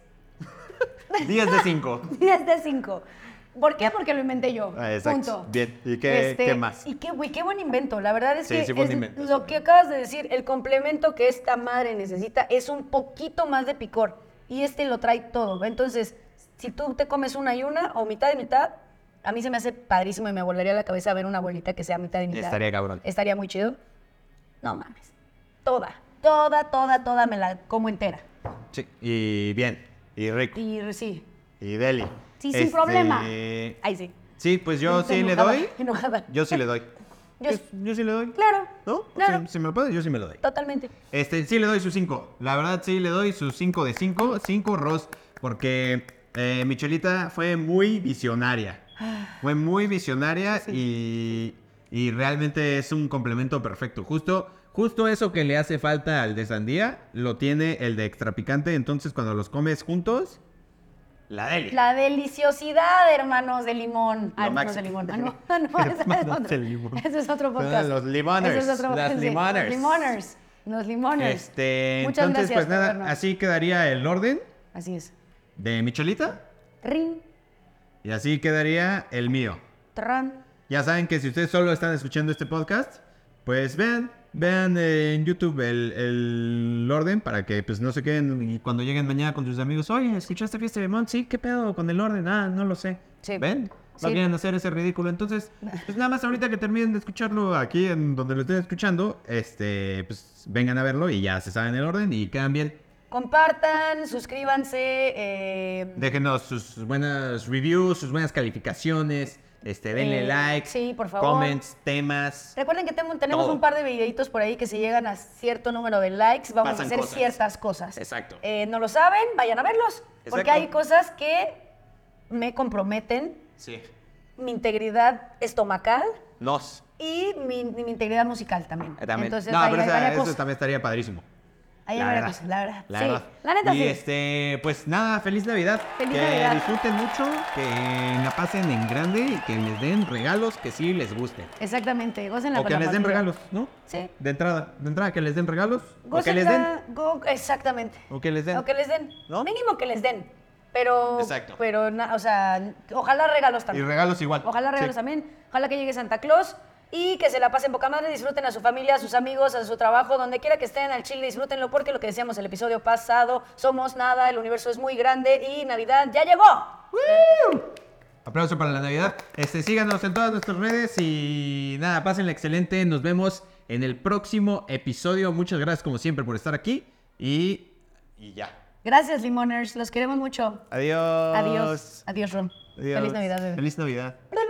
Speaker 3: 10 de 5.
Speaker 1: 10 de 5. ¿Por qué? Porque lo inventé yo.
Speaker 3: Ah, exacto.
Speaker 1: Punto. Este,
Speaker 3: Bien. ¿Y qué- qué más?
Speaker 1: Y qué, güey, qué buen invento. La verdad es
Speaker 3: Sí,
Speaker 1: que
Speaker 3: sí, buen
Speaker 1: es
Speaker 3: invento,
Speaker 1: lo que acabas de decir, el complemento que esta madre necesita es un poquito más de picor. Y este lo trae todo. Entonces, si tú te comes una y una o mitad y mitad, a mí se me hace padrísimo y me volaría la cabeza ver una bolita que sea mitad y mitad.
Speaker 3: Estaría cabrón.
Speaker 1: Estaría muy chido. No mames. Toda, toda, toda, toda me la como entera.
Speaker 3: Sí. Y bien. Y rico.
Speaker 1: Y sí,
Speaker 3: Y deli.
Speaker 1: sí, sin
Speaker 3: Este,
Speaker 1: problema. Ahí sí.
Speaker 3: Sí, pues yo
Speaker 1: Estoy
Speaker 3: sí le
Speaker 1: enojada,
Speaker 3: doy.
Speaker 1: enojada.
Speaker 3: Yo sí le doy.
Speaker 1: Yo-
Speaker 3: sí le doy.
Speaker 1: Claro.
Speaker 3: ¿No?
Speaker 1: Claro.
Speaker 3: Si, si me lo puedes, yo sí me lo doy.
Speaker 1: Totalmente.
Speaker 3: Este, sí le doy su 5. La verdad, sí le doy su 5 de 5. 5 Ross. Porque eh, Michelita fue muy visionaria. Fue muy visionaria y, y realmente es un complemento perfecto. Justo, justo eso que le hace falta al de sandía, lo tiene el de extra picante. Entonces, cuando los comes juntos, la deli.
Speaker 1: La deliciosidad, hermanos de limón. Ah,
Speaker 3: Lo
Speaker 1: hermanos de
Speaker 3: máximo.
Speaker 1: limón. Ah, no, ah, no, ese es
Speaker 3: Hermanos
Speaker 1: otro.
Speaker 3: de limón.
Speaker 1: Ese es otro
Speaker 3: Ah,
Speaker 1: podcast.
Speaker 3: los limoners,
Speaker 1: Ese es otro-
Speaker 3: las
Speaker 1: sí,
Speaker 3: limoners.
Speaker 1: Los limoners. Los limoners.
Speaker 3: Este,
Speaker 1: Muchas
Speaker 3: entonces,
Speaker 1: gracias
Speaker 3: pues
Speaker 1: por
Speaker 3: nada,
Speaker 1: vernos.
Speaker 3: así quedaría el orden
Speaker 1: Así es.
Speaker 3: de Michelita
Speaker 1: Rin,
Speaker 3: y así quedaría el mío.
Speaker 1: tran.
Speaker 3: Ya saben que si ustedes solo están escuchando este podcast, pues vean, vean eh, en YouTube el, el orden para que pues no se queden y cuando lleguen mañana con sus amigos. Oye, ¿escuchaste Fiesta de Mont? Sí, ¿qué pedo con el orden? Ah, no lo sé.
Speaker 1: Sí.
Speaker 3: ¿Ven? No
Speaker 1: Sí.
Speaker 3: quieren hacer ese ridículo. Entonces, pues nada más ahorita que terminen de escucharlo aquí en donde lo estén escuchando, este, pues vengan a verlo y ya se saben el orden y quedan bien.
Speaker 1: Compartan, suscríbanse. eh,
Speaker 3: Déjenos sus buenas reviews, sus buenas calificaciones, Este, denle
Speaker 1: Eh,
Speaker 3: like,
Speaker 1: sí, por favor.
Speaker 3: comments, temas.
Speaker 1: Recuerden que temo- tenemos
Speaker 3: Todo.
Speaker 1: un par de videitos por ahí que si llegan a cierto número de likes, vamos
Speaker 3: Pasan
Speaker 1: a hacer
Speaker 3: cosas.
Speaker 1: ciertas cosas.
Speaker 3: Exacto.
Speaker 1: Eh, no lo saben, vayan a verlos. Porque
Speaker 3: Exacto.
Speaker 1: hay cosas que me comprometen
Speaker 3: Sí.
Speaker 1: mi integridad estomacal
Speaker 3: Nos.
Speaker 1: y mi, mi integridad musical también.
Speaker 3: Eh, También.
Speaker 1: Entonces,
Speaker 3: no,
Speaker 1: ahí
Speaker 3: pero
Speaker 1: hay
Speaker 3: esa-
Speaker 1: varias
Speaker 3: eso
Speaker 1: cosas.
Speaker 3: también estaría padrísimo.
Speaker 1: Ahí hay varias cosas, la verdad.
Speaker 3: La
Speaker 1: sí,
Speaker 3: verdad.
Speaker 1: la neta
Speaker 3: y
Speaker 1: sí.
Speaker 3: este, pues nada, feliz Navidad.
Speaker 1: Feliz
Speaker 3: que
Speaker 1: Navidad.
Speaker 3: disfruten mucho, que la pasen en grande y que les den regalos que sí les gusten.
Speaker 1: Exactamente, gócenla
Speaker 3: O
Speaker 1: con
Speaker 3: que
Speaker 1: la
Speaker 3: les den
Speaker 1: familia.
Speaker 3: regalos, ¿no?
Speaker 1: Sí.
Speaker 3: De entrada, de entrada, que les den regalos. O que les den.
Speaker 1: Gócenla, go- exactamente.
Speaker 3: O que les den.
Speaker 1: O que les den.
Speaker 3: ¿No?
Speaker 1: Mínimo que les den. Pero,
Speaker 3: Exacto.
Speaker 1: pero na- o sea, ojalá regalos
Speaker 3: Y
Speaker 1: también.
Speaker 3: regalos igual.
Speaker 1: Ojalá regalos
Speaker 3: Sí.
Speaker 1: también. Ojalá que llegue Santa Claus y que se la pasen poca madre, disfruten a su familia, a sus amigos, a su trabajo, donde quiera que estén al chile, disfrútenlo porque lo que decíamos el episodio pasado, somos nada, el universo es muy grande y Navidad ya llegó.
Speaker 3: Aplauso para la Navidad. Este, síganos en todas nuestras redes y nada, pásenla excelente. Nos vemos en el próximo episodio. Muchas gracias como siempre por estar aquí y y ya.
Speaker 1: Gracias, limoners, los queremos mucho.
Speaker 3: Adiós.
Speaker 1: Adiós. Adiós, Ron. Feliz Navidad, bebé.
Speaker 3: Feliz Navidad.
Speaker 1: Bla, bla,